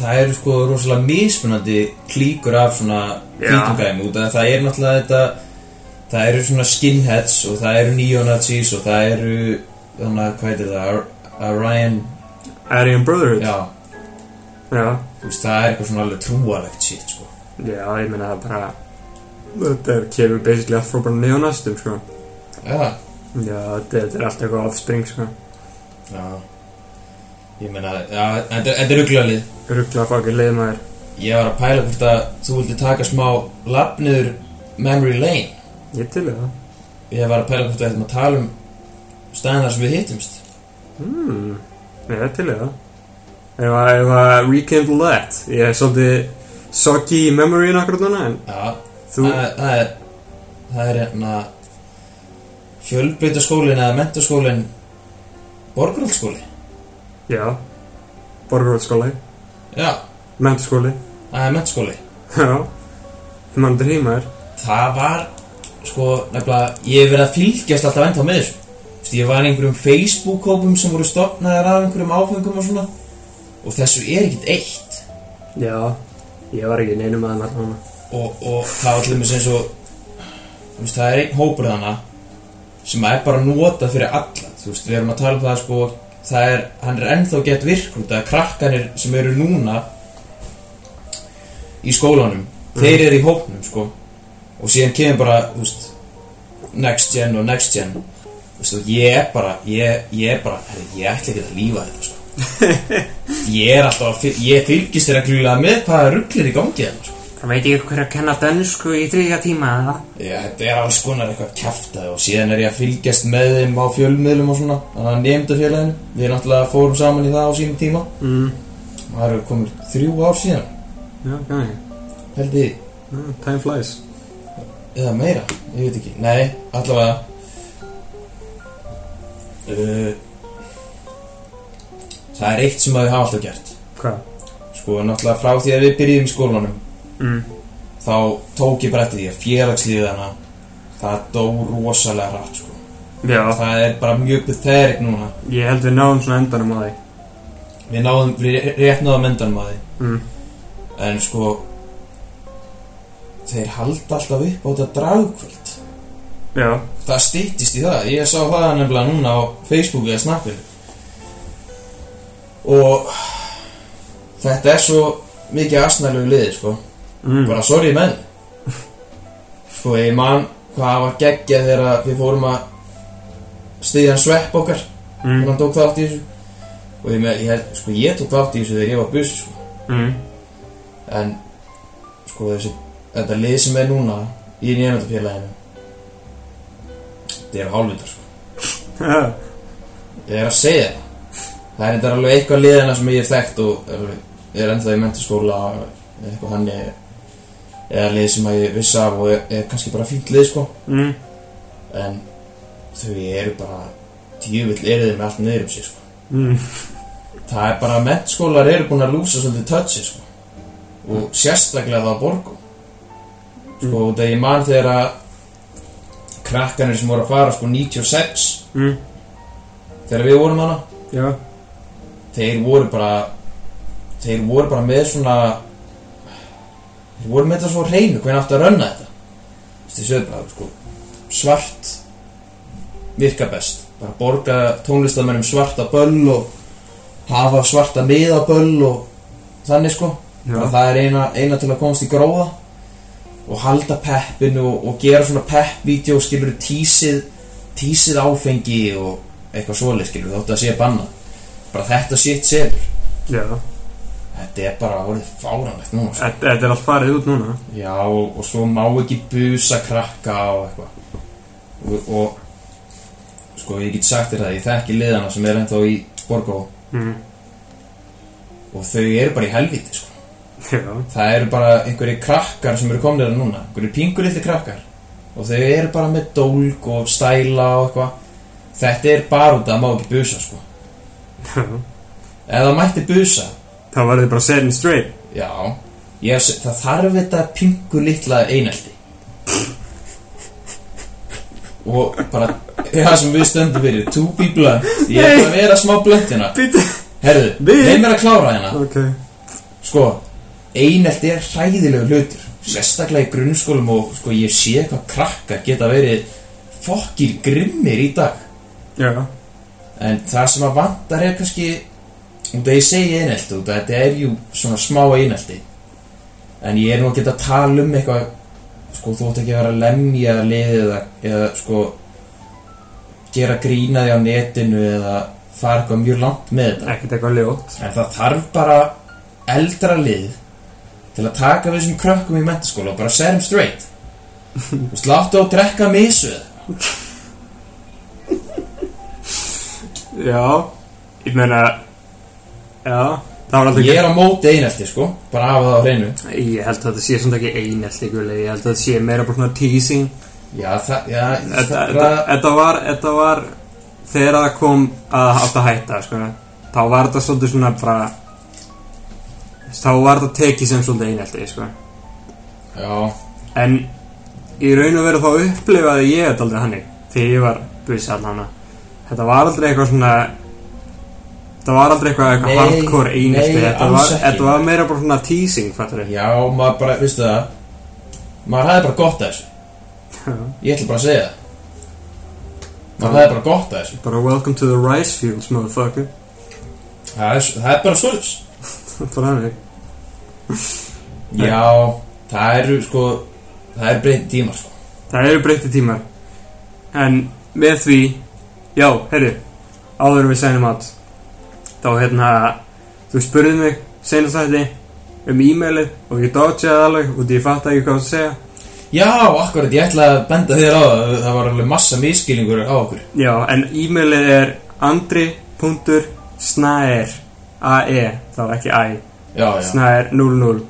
[SPEAKER 4] það eru sko rosalega mismunandi klíkur af svona
[SPEAKER 3] Já.
[SPEAKER 4] hvítumgæmi út af það er náttúrulega þetta það eru svona skinheads og það eru neonazis og það eru þannig að hvað heitir það Orion,
[SPEAKER 3] Aryan Brotherhood
[SPEAKER 4] já,
[SPEAKER 3] já,
[SPEAKER 4] þú veist það er eitthvað svona alveg trúalegt shit sko
[SPEAKER 3] já ég meina það bara þetta er, kemur basically allt frá bara neonastum sko.
[SPEAKER 4] já,
[SPEAKER 3] já, þetta, þetta er allt eitthvað offspring sko.
[SPEAKER 4] já ég meina, já, en þetta þetta er rugglalið
[SPEAKER 3] ruggla fokkin leiðmaður
[SPEAKER 4] Ég var að pæla hvort að þú vildi taka smá lapp niður memory lane
[SPEAKER 3] ég til í það
[SPEAKER 4] Ég var að pæla hvort við ættum að tala um staðina sem við hittumst
[SPEAKER 3] Hmm, ég er til í það Ef að, ef að rekindle that Ég er svolítið soggy í memoryin akkur núna En
[SPEAKER 4] Já,
[SPEAKER 3] þú,
[SPEAKER 4] það, er- það er það er hérna fjölbreytaskólin eða mentaskólin borgarhaldsskóli
[SPEAKER 3] já Borgarvöldskóli,
[SPEAKER 4] Já,
[SPEAKER 3] mentaskóli
[SPEAKER 4] það er mentaskóli
[SPEAKER 3] Já, mann drýmar
[SPEAKER 4] Það var, sko, nefnilega ég hef verið að fylgjast alltaf ennþá með þessu Þú veist, Ég var í einhverjum Facebook-hópum sem voru stopnaðar af einhverjum áfengum og svona og þessu er ekkit eitt
[SPEAKER 3] Já, ég var ekki í neinum að hann allan
[SPEAKER 4] og, og það var til dæmis eins og þú veist, það er einn hópur þarna sem er bara notað fyrir alla þú veist, við erum að tala um það sko það er, hann er ennþá gett virk út að krakkanir sem eru núna í skólanum þeir eru í hópnum sko og síðan kemur bara, þú veist next gen og next gen þú veist, og ég er bara ég, ég er bara, herri, ég ætla ekki að lífa þetta sko ég er alltaf, að fyl- ég fylgist þér að glúlega með hvaða ruglir í gangi þarna sko
[SPEAKER 3] Það veit ég hver að kenna dönsku í þriðja tíma eða
[SPEAKER 4] Já, þetta er alls konar eitthvað kæftæði og síðan er ég að fylgjast með þeim á fjölmiðlum og svona, þannig að nefndafélaginu, við náttúrulega fórum saman í það á sínum tíma,
[SPEAKER 3] Mm,
[SPEAKER 4] það eru komin þrjú ár síðan,
[SPEAKER 3] já, gæði
[SPEAKER 4] held ég,
[SPEAKER 3] Time flies
[SPEAKER 4] eða meira, ég veit ekki, nei, allavega, uh, það er eitt sem að við hafa alltaf gert,
[SPEAKER 3] Hvað?
[SPEAKER 4] sko, náttúrulega frá því að við byrjum í skólanum,
[SPEAKER 3] Mm,
[SPEAKER 4] þá tók ég bara eftir því að félagsliðana, það dó rosalega hratt, sko.
[SPEAKER 3] já,
[SPEAKER 4] það er bara mjög pathetic núna
[SPEAKER 3] ég held við náum svona endanum á því
[SPEAKER 4] við náðum, við rétt náðum endanum að því
[SPEAKER 3] Mm,
[SPEAKER 4] en sko þeir halda alltaf upp á þetta dragkvöld
[SPEAKER 3] já,
[SPEAKER 4] það stýttist í það, ég sá það nefnilega núna á Facebooku eða Snappinu og þetta er svo mikið asnælegu liði sko
[SPEAKER 3] mm,
[SPEAKER 4] bara sorry menn sko ég man hvað var geggjað þegar við fórum að stiðja hann svepp okkar
[SPEAKER 3] mm,
[SPEAKER 4] og hann tók þátt í þessu og ég, með, ég, held, sko, ég tók þátt í þessu þegar ég var buss sko.
[SPEAKER 3] mm,
[SPEAKER 4] en sko þessi, þetta lið sem er núna í nefndafélaginu þetta eru hálfvitar sko.
[SPEAKER 3] Já,
[SPEAKER 4] Ég er að segja það. Það er þetta alveg eitthvað liðina sem ég hef þekkt og er, ég er ennþá í mentaskóla eitthvað hann ég eða lið sem að ég vissi af og er, er kannski bara fínt lið sko
[SPEAKER 3] mm,
[SPEAKER 4] en þau eru bara djúvill eru þau með allt niður um sig sko
[SPEAKER 3] mm,
[SPEAKER 4] það er bara að mentaskólar eru búin að lúsa svolítið touchi sko og sérstaklega það á borgum sko mm. þegar ég man þegar að krakkanir sem voru að fara sko 96
[SPEAKER 3] mm,
[SPEAKER 4] þegar við vorum hana
[SPEAKER 3] já,
[SPEAKER 4] þeir voru bara þeir voru bara með svona þeir voru með þetta svo á hreinu hvernig aftur að rönna þetta þessi sögðu bara sko, svart virka best bara borga tónlistamennum svarta böll og hafa svarta miðaböll og þannig sko
[SPEAKER 3] já,
[SPEAKER 4] og það er eina, eina til að komast í gróða og halda peppinu og, og gera svona pepp-vídeó skilur tísið, tísið áfengi og eitthvað svoleið skilur þótt að sé banna bara þetta shit selur
[SPEAKER 3] já
[SPEAKER 4] þetta er bara orðið fáranlegt núna sko.
[SPEAKER 3] Þetta þetta er allt farið út núna
[SPEAKER 4] já og, og svo má ekki busa krakka og eitthvað og, og sko ég get sagt þér það ég þekki liðana sem er ennþá í Borgó
[SPEAKER 3] mm,
[SPEAKER 4] og þau eru bara í helviti sko
[SPEAKER 3] Já,
[SPEAKER 4] Það eru bara einhverjir krakkar sem eru komnir þarna núna Einhverjir pingulitli krakkar Og þau eru bara með dólg og stæla og eitthvað Þetta er bara út að það má ekki busa sko
[SPEAKER 3] já
[SPEAKER 4] Ef það mætti busa
[SPEAKER 3] Það var þið bara set and straight
[SPEAKER 4] Já ég, hef se- Það þarf þetta pingulitla einelti Og bara Það sem við stöndum fyrir To be blunt Ég er bara að vera smá blunt hérna
[SPEAKER 3] Býtu
[SPEAKER 4] Herðu,
[SPEAKER 3] Við-
[SPEAKER 4] leið mér að klára hérna
[SPEAKER 3] Ok
[SPEAKER 4] sko, einelti er hræðilegu hlutur sérstaklega í grunnskólum og sko, ég sé hvað krakkar geta verið fokkir grimmir í dag
[SPEAKER 3] Já,
[SPEAKER 4] en það sem að vantar er kannski út að ég segi einelti út að þetta er jú svona smá einelti en ég er nú að geta að tala um eitthvað sko, þú átt ekki að vera að lemja liðið eða, eða sko gera grína því á netinu eða fara eitthvað mjög langt með þetta
[SPEAKER 3] ekkert eitthvað ljótt
[SPEAKER 4] En það þarf bara eldra lið til að taka við þessum krökkum í mentaskóla og bara segja þeim straight. Þú sláttu á að drekka misu.
[SPEAKER 3] Já, ég meina Já, það var aldrei
[SPEAKER 4] Ég er á móti einelti, sko, bara hafa það á hreinu.
[SPEAKER 3] Ég held að þetta sé svona ekki einelt ykkurlega Ég held að þetta sé meira bara svona teasing
[SPEAKER 4] Já, það, já,
[SPEAKER 3] Þetta
[SPEAKER 4] það,
[SPEAKER 3] þetta- þetta var, þetta var Þegar það kom að átt að hætta sko. Þá var þetta svolítið svona bara Þá var þetta tekið sem svolítið einelti sko.
[SPEAKER 4] já,
[SPEAKER 3] En í raun og veru þá upplifaði ég þetta aldrei hannig Þegar ég var buss allan Þetta var aldrei eitthvað svona Þetta var aldrei eitthvað, eitthvað
[SPEAKER 4] Nei,
[SPEAKER 3] hardcore einelti
[SPEAKER 4] nei,
[SPEAKER 3] þetta,
[SPEAKER 4] alls
[SPEAKER 3] var,
[SPEAKER 4] ekki.
[SPEAKER 3] þetta var meira bara svona teasing fattur
[SPEAKER 4] já, maður bara, veistu það, maður hafði bara gott að þessu. Ég ætla bara að segja það. Maður hafði bara gott að þessu.
[SPEAKER 3] Bara welcome to the rice fields, motherfucker
[SPEAKER 4] Það er, það er bara svolítið.
[SPEAKER 3] Bara hannig
[SPEAKER 4] Já, það eru, sko, það eru breynt tímar, sko.
[SPEAKER 3] Það eru breytti tímar En með því Já, herri, áður en við sænum átt Þá hérna Þú spurðið mig senast þetta Um e-mailið og ég dodgeaði alveg Og ég fatt ekki hvað þú átt að segja
[SPEAKER 4] Já, akkurat, ég ætlaði að benda þér á það Það var alveg massa miskilingur á okkur
[SPEAKER 3] Já, en e-mailið er andri.snaer A-E, þá ekki æ
[SPEAKER 4] Já, já,
[SPEAKER 3] Snaer 00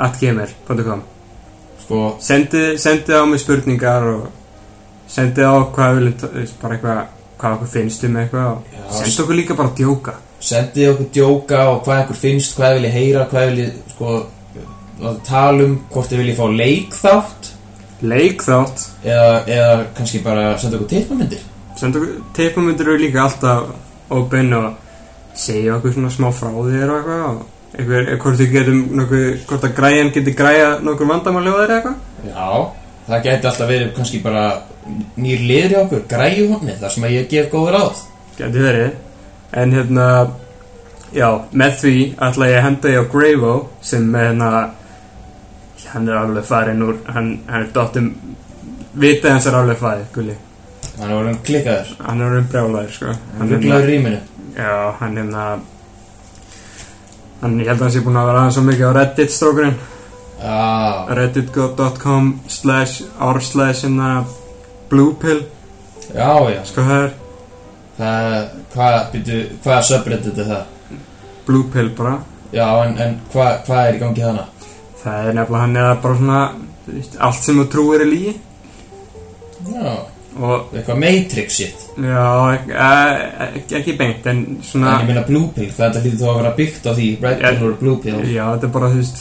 [SPEAKER 3] at gmail.com
[SPEAKER 4] sko,
[SPEAKER 3] Sendið sendi á mig spurningar og sendið á hvað við viljum, bara eitthvað, hvað okkur finnst um eitthvað og
[SPEAKER 4] Já.
[SPEAKER 3] sendið okkur líka bara að djóka.
[SPEAKER 4] sendið okkur djóka og hvað ykkur finnst, hvað vil ég heyra hvað vil ég, sko láta tala um hvort þið vil ég fá leikþátt
[SPEAKER 3] Leik þátt,
[SPEAKER 4] eða, eða kannski bara senda okkur teipamyndir
[SPEAKER 3] sendið okkur, teipamundir eru líka alltaf open og segja okkur svona smá frá þér og eitthvað og eitthvað, hvort þið getum nokkuð, hvort að græjan geti græja nokkur vandamáli á þér eða eitthvað.
[SPEAKER 4] Já, það gæti alltaf verið kannski bara nýr liður í okkur, græjuhornið þar sem að ég gef góður ráð
[SPEAKER 3] Geti verið. En hérna, já, með því ætla ég að henda ég á Gravo sem er hérna, hann er alveg farinn úr, hann, hann er dottum, vitið hans er alveg farið, gulli.
[SPEAKER 4] Þannig voru hann klikkaður,
[SPEAKER 6] Mm.
[SPEAKER 3] Hann er um brjálæður, sko.
[SPEAKER 4] hann rugglaður í rýminu
[SPEAKER 3] Já, hann hérna, hann, ég held að hann sé búin að vera aðeins svo mikið á Reddit strókurinn,
[SPEAKER 4] Já,
[SPEAKER 3] reddit.com slash r slash hérna blue pill,
[SPEAKER 4] já, já,
[SPEAKER 3] sko það er,
[SPEAKER 4] Hvað, hvað, býtu, hvaða subreddit er það?
[SPEAKER 6] Blue Pill bara
[SPEAKER 4] Já, en, en hvað, hvað er í gangi þarna?
[SPEAKER 6] Það er nefnilega hann eða bara svona þú veist, allt sem þú trúir er lígi
[SPEAKER 4] Já,
[SPEAKER 6] og
[SPEAKER 4] eitthvað Matrix shit
[SPEAKER 6] já, ek- eh, ek- ekki beint en svona
[SPEAKER 4] En ég meina Blue Pill, þetta hlýtur þá að vera byggt á því Red
[SPEAKER 6] Já.
[SPEAKER 4] Pill og Blue Pill
[SPEAKER 6] Já, þetta er bara, þú veist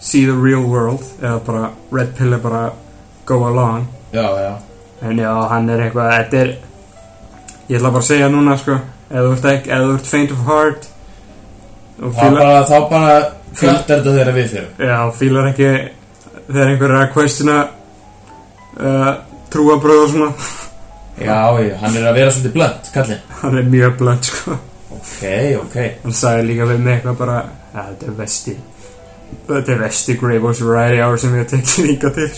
[SPEAKER 6] See the real world eða bara Red Pill er bara go along
[SPEAKER 4] Já, já,
[SPEAKER 6] en já, hann er eitthvað þetta er ég ætla bara að segja núna, sko eða þú ert, ekki, eða þú ert faint of heart og
[SPEAKER 4] þá
[SPEAKER 6] fílar
[SPEAKER 4] bara, þá bara
[SPEAKER 6] Fíla-
[SPEAKER 4] Kvöld er þetta þeirra við fyrir
[SPEAKER 6] já, fílar ekki þegar einhver er að questiona uh, trúabröð og svona
[SPEAKER 4] Já, já, hann er að vera svolítið blönd, kallinn
[SPEAKER 6] hann er mjög blönd, sko
[SPEAKER 4] Ok, ok
[SPEAKER 6] hann sagði líka við mig eitthvað bara að þetta er vesti þetta er vesti Greybox Variety Hour sem ég hef tekið líka til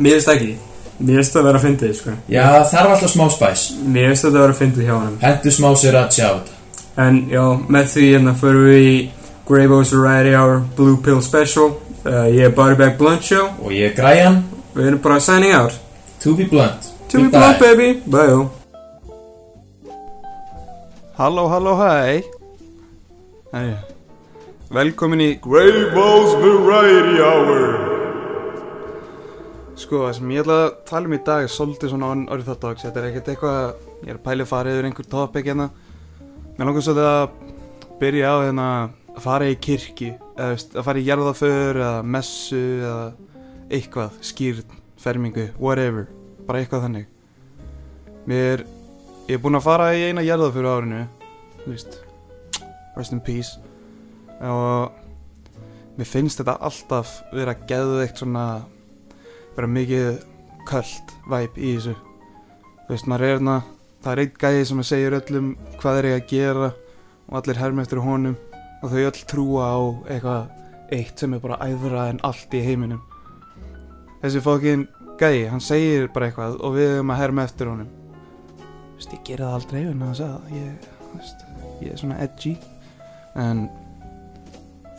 [SPEAKER 6] mér finnst það ekki mér finnst það að vera að fyndið sko.
[SPEAKER 4] Já, það þarf alltaf smá spæs
[SPEAKER 6] mér finnst þetta að vera að fyndið hjá hann
[SPEAKER 4] Hentu smá sér að sjá þetta
[SPEAKER 6] en já, með því hérna förum við í Greybox Variety Hour Blue Pill Special uh, ég er Barback Blunt Show
[SPEAKER 4] Og ég er græjan,
[SPEAKER 6] við erum bara signing out
[SPEAKER 4] to be blunt
[SPEAKER 6] to be
[SPEAKER 4] Goodbye.
[SPEAKER 6] blunt baby, bye oh.
[SPEAKER 3] Halló, halló, hei Hei Velkomin í Greyballs Variety Hour Sko, það sem ég ætla að tala um í dag er svolítið svona on orðið Þetta er ekkert eitthvað að ég er að pæli að fara yfir einhver topic hérna Mér langar svolítið að byrja á hérna að fara í kirkju eða veist, að fara í jarðaför eða messu eða eitthvað, skýrn, fermingu, whatever bara eitthvað þannig Mér Ég er búinn að fara í eina jarða fyrir árinu Þú veist Rest in peace Og Mér finnst þetta alltaf vera geðveikt svona Vera mikið Köld væp í þessu Þú veist, maður er hérna Það er einn gæði sem segir öllum hvað er ég að gera Og allir herma eftir honum Og þau öll trúa á eitthvað Eitt sem er bara æðra en allt í heiminum Þessi fókin gæði, hann segir bara eitthvað Og við höfum að herma eftir honum Þú veist, ég gera það aldrei en það að ég, þú veist, ég er svona edgy en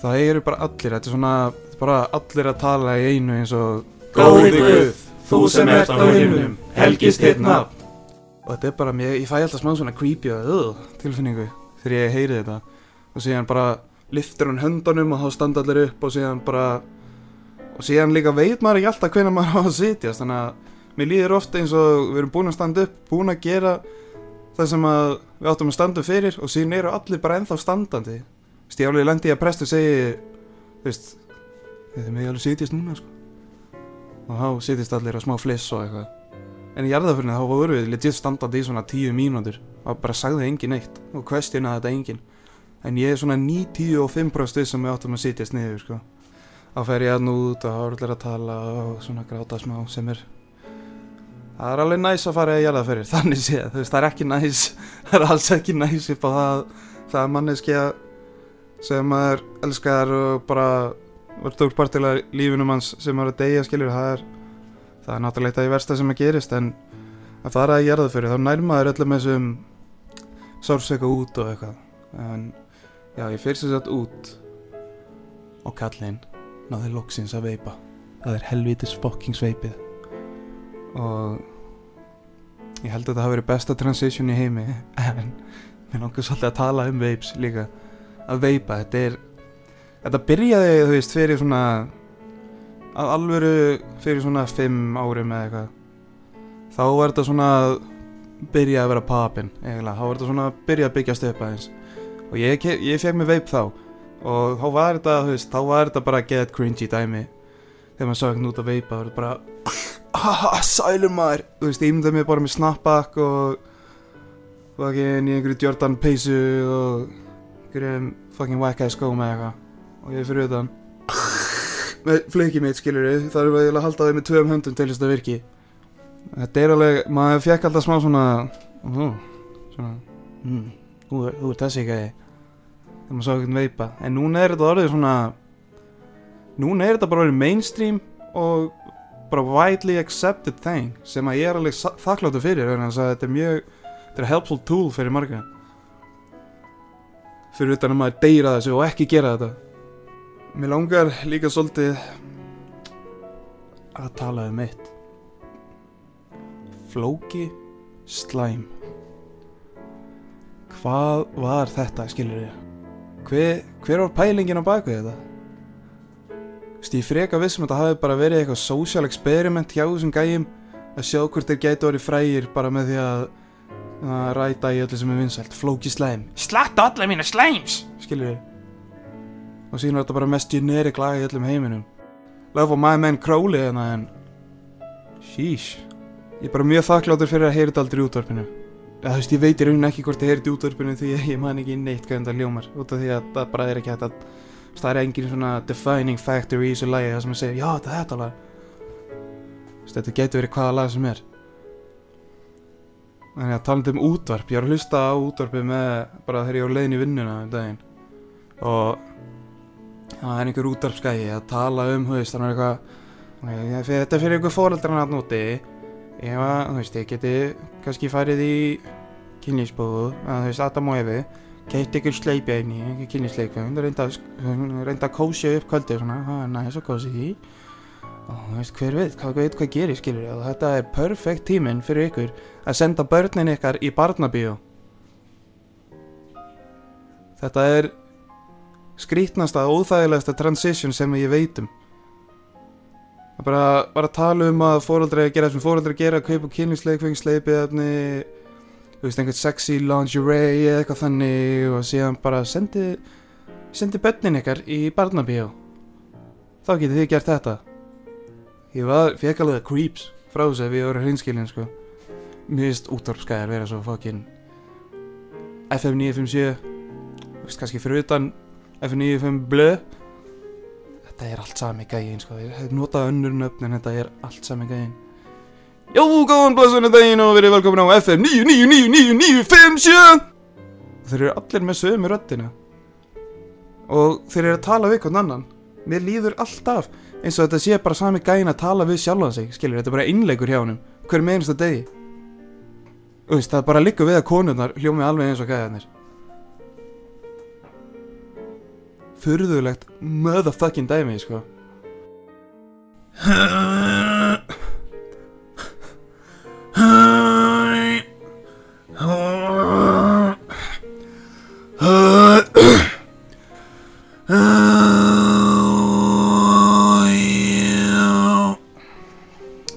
[SPEAKER 3] það eru bara allir þetta er svona þetta er bara allir að tala í einu eins og
[SPEAKER 6] Góði Guð, þú sem ert á himnum,
[SPEAKER 3] helgist þitt nafn og þetta er bara, mér, ég fæ alltaf smá svona creepy og öð tilfinningu þegar ég heyri þetta og síðan bara liftir hann höndunum og þá standa allir upp og síðan bara og síðan líka veit maður ekki alltaf hvenær maður á að sitjast þannig að mér líður oft eins og við erum búin að standa upp búin að gera það sem að við áttum að standa fyrir og síðan eru allir bara ennþá standandi Þú veist, ég alveg lendi í að prestur segi þú veist þið með alveg sitjast núna sko. og þá sitjast allir á smá fliss og eitthvað en í jarðaförinu þá voru við legit standandi í svona tíu mínútur og bara sagði engin neitt og questionaði þetta engin en ég er svona 95% sem við áttum um að sitjast niður sko. þá fer ég að út og þá eru allir að tala og svona gráta smá sem er Það er alveg næs að fara í jarðaferir, þannig séð, þú veist, það er ekki næs, það er alls ekki næs upp á það, það er manneskja sem maður elskar og bara verður stór partilega lífinum hans sem maður er að deyja, skilur, það er, það er náttúrulega eitt af því versta sem að gerist, en að fara í jarðaferir, þá nær maður öllum þessum sársöka út og eitthvað, en já, ég fyrst þess að út og kallinn náði loksins að veipa, það er helvitis fucking sveipið og ég held að það hafi verið besta transition í heimi en mér langar svolítið að tala um vapes líka að veipa, þetta er þetta byrjaði, þú veist, fyrir svona að alvöru fyrir svona 5 árum eða eitthvað þá var þetta svona að byrja að vera papin eiginlega, þá var þetta svona að byrja að byggjast upp aðeins og ég, ke- ég fekk mér veip þá og þá var þetta, þú veist, þá var þetta bara get cringy dæmi þegar maður sá eitthvað út að veipa, þá var þetta bara haha, sælum maður þú veist, ég ímyndaði mig bara með snapback og fucking í einhverju Jordan peysu og einhverjum fucking whack-ass skóm eða eitthvað og ég er fyrir utan með flöki mitt skilur við þar erum við að halda þau með tveim höndum til þess að virki þetta er alveg, maður fekk alltaf smá svona hú, svona mm, þú er, þú er þessi ekki þegar maður sá eitthvað veipa en núna er þetta orðið svona núna er þetta bara orðið mainstream og bara widely accepted thing sem að ég er alveg sa- þakkláttur fyrir vegna þess að þetta er mjög þetta er helpful tool fyrir marga fyrir utan að maður deyra þessu og ekki gera þetta Mér langar líka svolítið að tala um eitt Flóki Slime hvað var þetta, skilur ég? Hver, hver var pælingin á baku þetta? Vist, ég er freka vissum að þetta hafi bara verið eitthvað social experiment hjá þessum gæjum að sjá hvort þeir gætu orðið frægir bara með því að, að ræta í öllu sem er vinsælt, flóki slæm
[SPEAKER 6] Slatta alla mína slæms!
[SPEAKER 3] skilur við og síðan var þetta bara mest generik lag í öllum heiminum Love of My Man Crowley hérna en sheesh ég er bara mjög þakkláttur fyrir að heyra þetta aldrei í útvarpinu eða þú veist ég veit í rauninni ekki hvort ég heyri þetta í útvarpinu því að ég man ekki neitt hvað þetta ljómar út af því að það bara er ekki hægt að þú veist, það er engin svona defining factor í þessu lagi það sem ég segir já þetta er þetta lag Þú veist, þetta getur verið hvaða lag sem er þannig að talandi um útvarp ég var að hlusta á útvarpi með bara þegar ég var leiðin í vinnuna um daginn og það er einhver útarpskæði að tala um, þú veist, hann er eitthvað ég- fyrir- þetta er fyrir einhver fóreldrarna að núti ef að, þú veist, ég geti kannski farið í kynlífsbúðu, að þú veist, Adam og Efi keitt ykkur sleipja inn í, ekki kynlífsleipja reynda, reynda að kósi upp kvöldið svona, það er næs að kósi því og þú veist, hver veit, hvað veit hvað gerir skilur og þetta er perfekt tíminn fyrir ykkur að senda börnin ykkar í barnabíó þetta er skrítnasta og óþægilegasta transition sem ég veit um það bara var að tala um að fóröldri að gera það sem fóröldri að gera að kaupa kynlísleikfeng, sleipiðafni þú veist einhvern sexy lingerie eða eitthvað þannig og síðan bara sendi sendi börnin ykkar í barnabíó þá getið þið gert þetta ég var, fekk alveg creeps frá þess að við vorum hreinskilin sko mér finnst útvarpskæðar vera svo fokkin FM 957 þú veist kannski fyrir utan F95 blö Þetta er allt sami gæin sko Ég hef notað önnur nöfn en þetta er allt sami gæin Jó, góðan blessunum daginn og verið velkomin á FM 9999957 Þeir eru allir með sömu röddina Og þeir eru að tala við hvern annan Mér líður alltaf eins og þetta sé bara sami gæin að tala við sjálfan sig Skilur, þetta er bara innleikur hjá honum Hver með einasta degi Þú veist, það bara liggur við að konurnar hljómi alveg eins og gæðarnir furðulegt motherfucking dæmi, sko.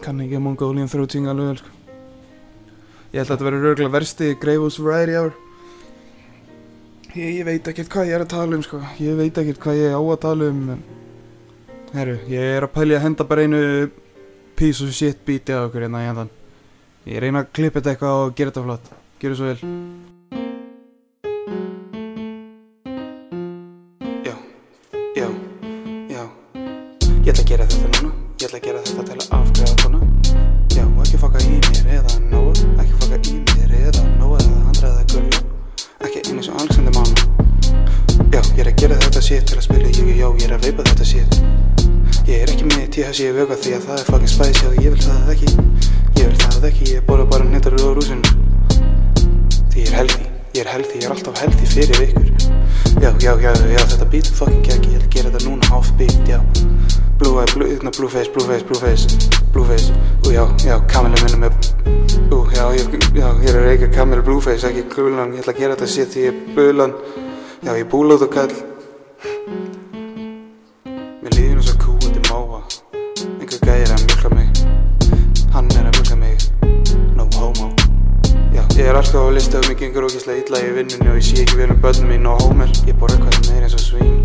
[SPEAKER 3] Kann ekki að Mongolian Throating alveg, vel, sko. Ég held að þetta verður örgulega versti Greifus Variety Hour. Ég, ég veit ekkert hvað ég er að tala um sko Ég veit ekkert hvað ég á að tala um en... Herru, ég er að pæli að henda bara einu Piece of shit bíti á okkur hérna í endan Ég reyna að klippa þetta eitthvað og gera þetta flott Gjörðu svo vel Já, já, já Ég ætla að gera þetta núna Ég ætla að gera þetta til að afgræða svona Já, ekki fokka í mér eða nóa Ekki fokka í mér eða nóa eða andra eða gulla ekki einu sem Alexander Mána Já, ég er að gera þetta shit til að spila jú, jú, já, ég er að veipa þetta shit Ég er ekki með THC í vöga því að það er fucking spicy og ég vil það ekki Ég vil það ekki, ég borða bara nettar úr rúsinu Því ég er healthy, ég er healthy, ég er alltaf healthy fyrir ykkur Já, já, já, já, þetta beat er fucking kegg, ég er að gera þetta núna half beat, já Blue eye, blue, yfna, blue face, blue face, blue face, blue face Ú, já, já, kamilin minna með Ú, já, ég, já, ég er að reyka kamil blue face, ekki gulan Ég ætla að gera þetta shit því ég er bulan Já, ég er búlóð og kall Mér líður eins og kúandi máa Einhver gæri að mjölka mig Hann er að mjölka mig No homo Já, ég er alltaf á listu og mér gengur ógeðslega illa í vinnunni og ég sé ekki vel um börnum mín og Homer Ég borða eitthvað meira eins og svín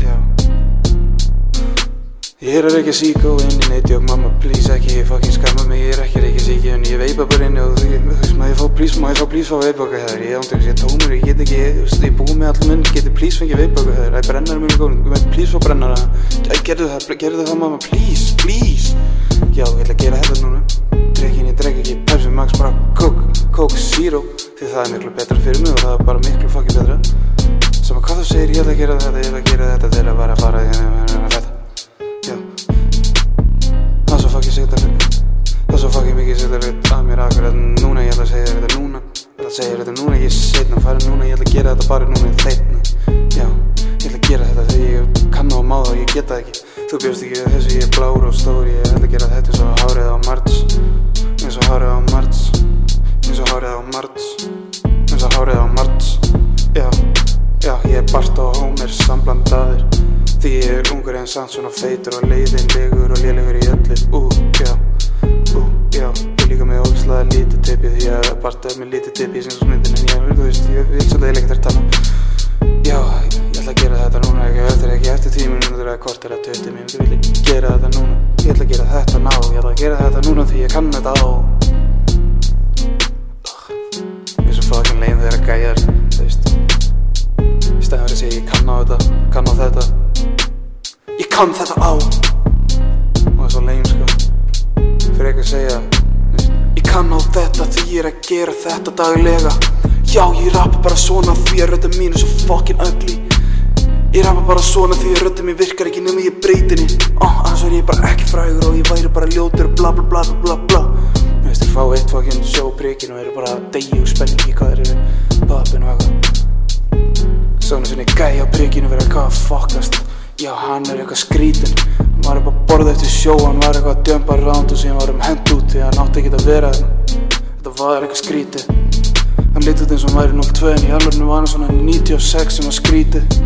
[SPEAKER 3] Já Ég er að reykja sík og inn í neyti og mamma please ekki, ég fucking skamma mig, ég er ekki að reykja sík en ég veipa bara inni og þú þú veist maður ég fá please, maður ég fá please fá veipaka hefur ég ándöks, ég er tómur, ég get ekki, þú veist, ég búið með allir minn, geti please fengið veipaka hefur Það er brennar mjög góð, please fá brennara, Æ, gerðu það, gerðu það mamma, please, please Já, ég ætla að gera þetta núna Drekkin, ég drek ekki Pepsi Max, bara Coke, Coke Zero Því það er miklu betra fyrir mig og það er bara miklu fucking betra Sama hvað þú segir, ég ætla að gera þetta, ég ætla að gera þetta Þeir eru bara að fara, ég ætla að þetta Já Það er svo fucking sigtarlegt Það er svo fucking mikið sigtarlegt að mér akkurat núna Ég ætla að segja þér þetta núna Ég ætla að segja þér þetta núna, ég er setna fara núna Ég ætla að gera þetta bara núna, þeirna Já, ég ætla að gera þetta þegar ég kann og má það og ég geta það ekki Þú bjóst ekki við þessu, ég er blár og stór Ég ætla að gera þetta eins og hárið á marts Eins og hárið á marts Eins og hárið á marts Eins einsog hárið á Marts Já, já, ég er Bart og Homer samblandaðir Því ég er ungur en samt svona feitur og leiðinlegur og lélegur í öllu Ú, já, ú, já, ég líka með ógislega lítið tippi Því að Bart er með lítið tippi sem svo myndin En ég, þú veist, ég vil svolítið eiginlega ekkert að tala Já, ég ætla að gera þetta núna ekki öðru ekki eftir tíu mínútur eða kortir að töti mín Ég vil ekki gera þetta núna, ég ætla að gera þetta ná Ég ætla að gera þetta núna því ég kann þetta á Ég er svo fucking leið þegar að gæja þér, þú veist Í stæðan verið að segja ég kann á þetta, kann á þetta Ég kann þetta á Og það er svo leið, sko Fyrir ekki að segja, þú veist Ég kann á þetta því ég er að gera þetta daglega Já, ég rappa bara svona því að röddum mín er svo fucking ugly Ég rappa bara svona því að röddum mín virkar ekki nema ég breytinni oh, Annars er ég bara ekki frægur og ég væri bara ljótur bla bla bla bla bla bla Þú veist, þeir fá eitt fucking sjóprikinn og eru bara degi og spenningi hvað þeir eru Pappin og eitthvað Svona sinni gæja á prikinu verið eitthvað að fokast Já, hann er eitthvað skrítin Hann var eitthvað að borða eftir sjó Hann var eitthvað að dömba ránd og síðan var hann hend út Því hann átti ekki að vera þarna Þetta var eitthvað skrítið Hann lítið þetta eins og hann væri 02 En í alvörinu var hann svona 96 sem var skrítið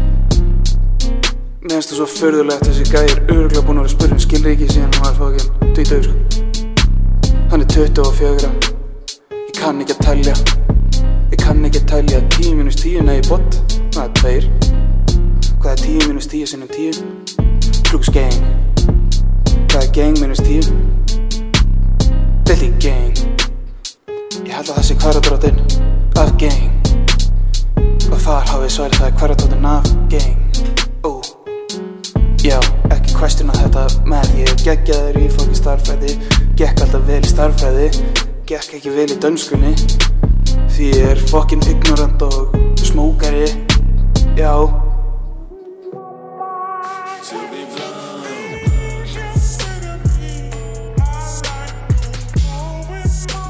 [SPEAKER 3] Mér finnst það svo förðulegt Þessi gæja er örgulega búin að vera að spyrja um skilriki Síðan hann var fokkin Tvítaug sko Hann er 24 Ég kann ekki að telja Ég kann ekki að tælja 10 minus 10, nei, bot, það er tveir. Hvað er 10 minus 10 sinnum 10? Klúks gang. Hvað er gang minus 10? Delt í gang. Ég held að það sé kvaradrótin af gang. Og þar hafið svarið það er kvaradrótin af gang. Ó, já, ekki questiona þetta með ég geggjaður í fólki starfræði, gekk alltaf vel í starfræði, gekk ekki vel í dönskunni. Því ég er fokkin ignorant og smókari Já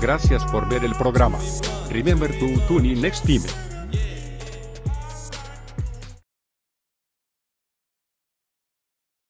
[SPEAKER 1] Gracias por ver el programa. Remember to tune in next time.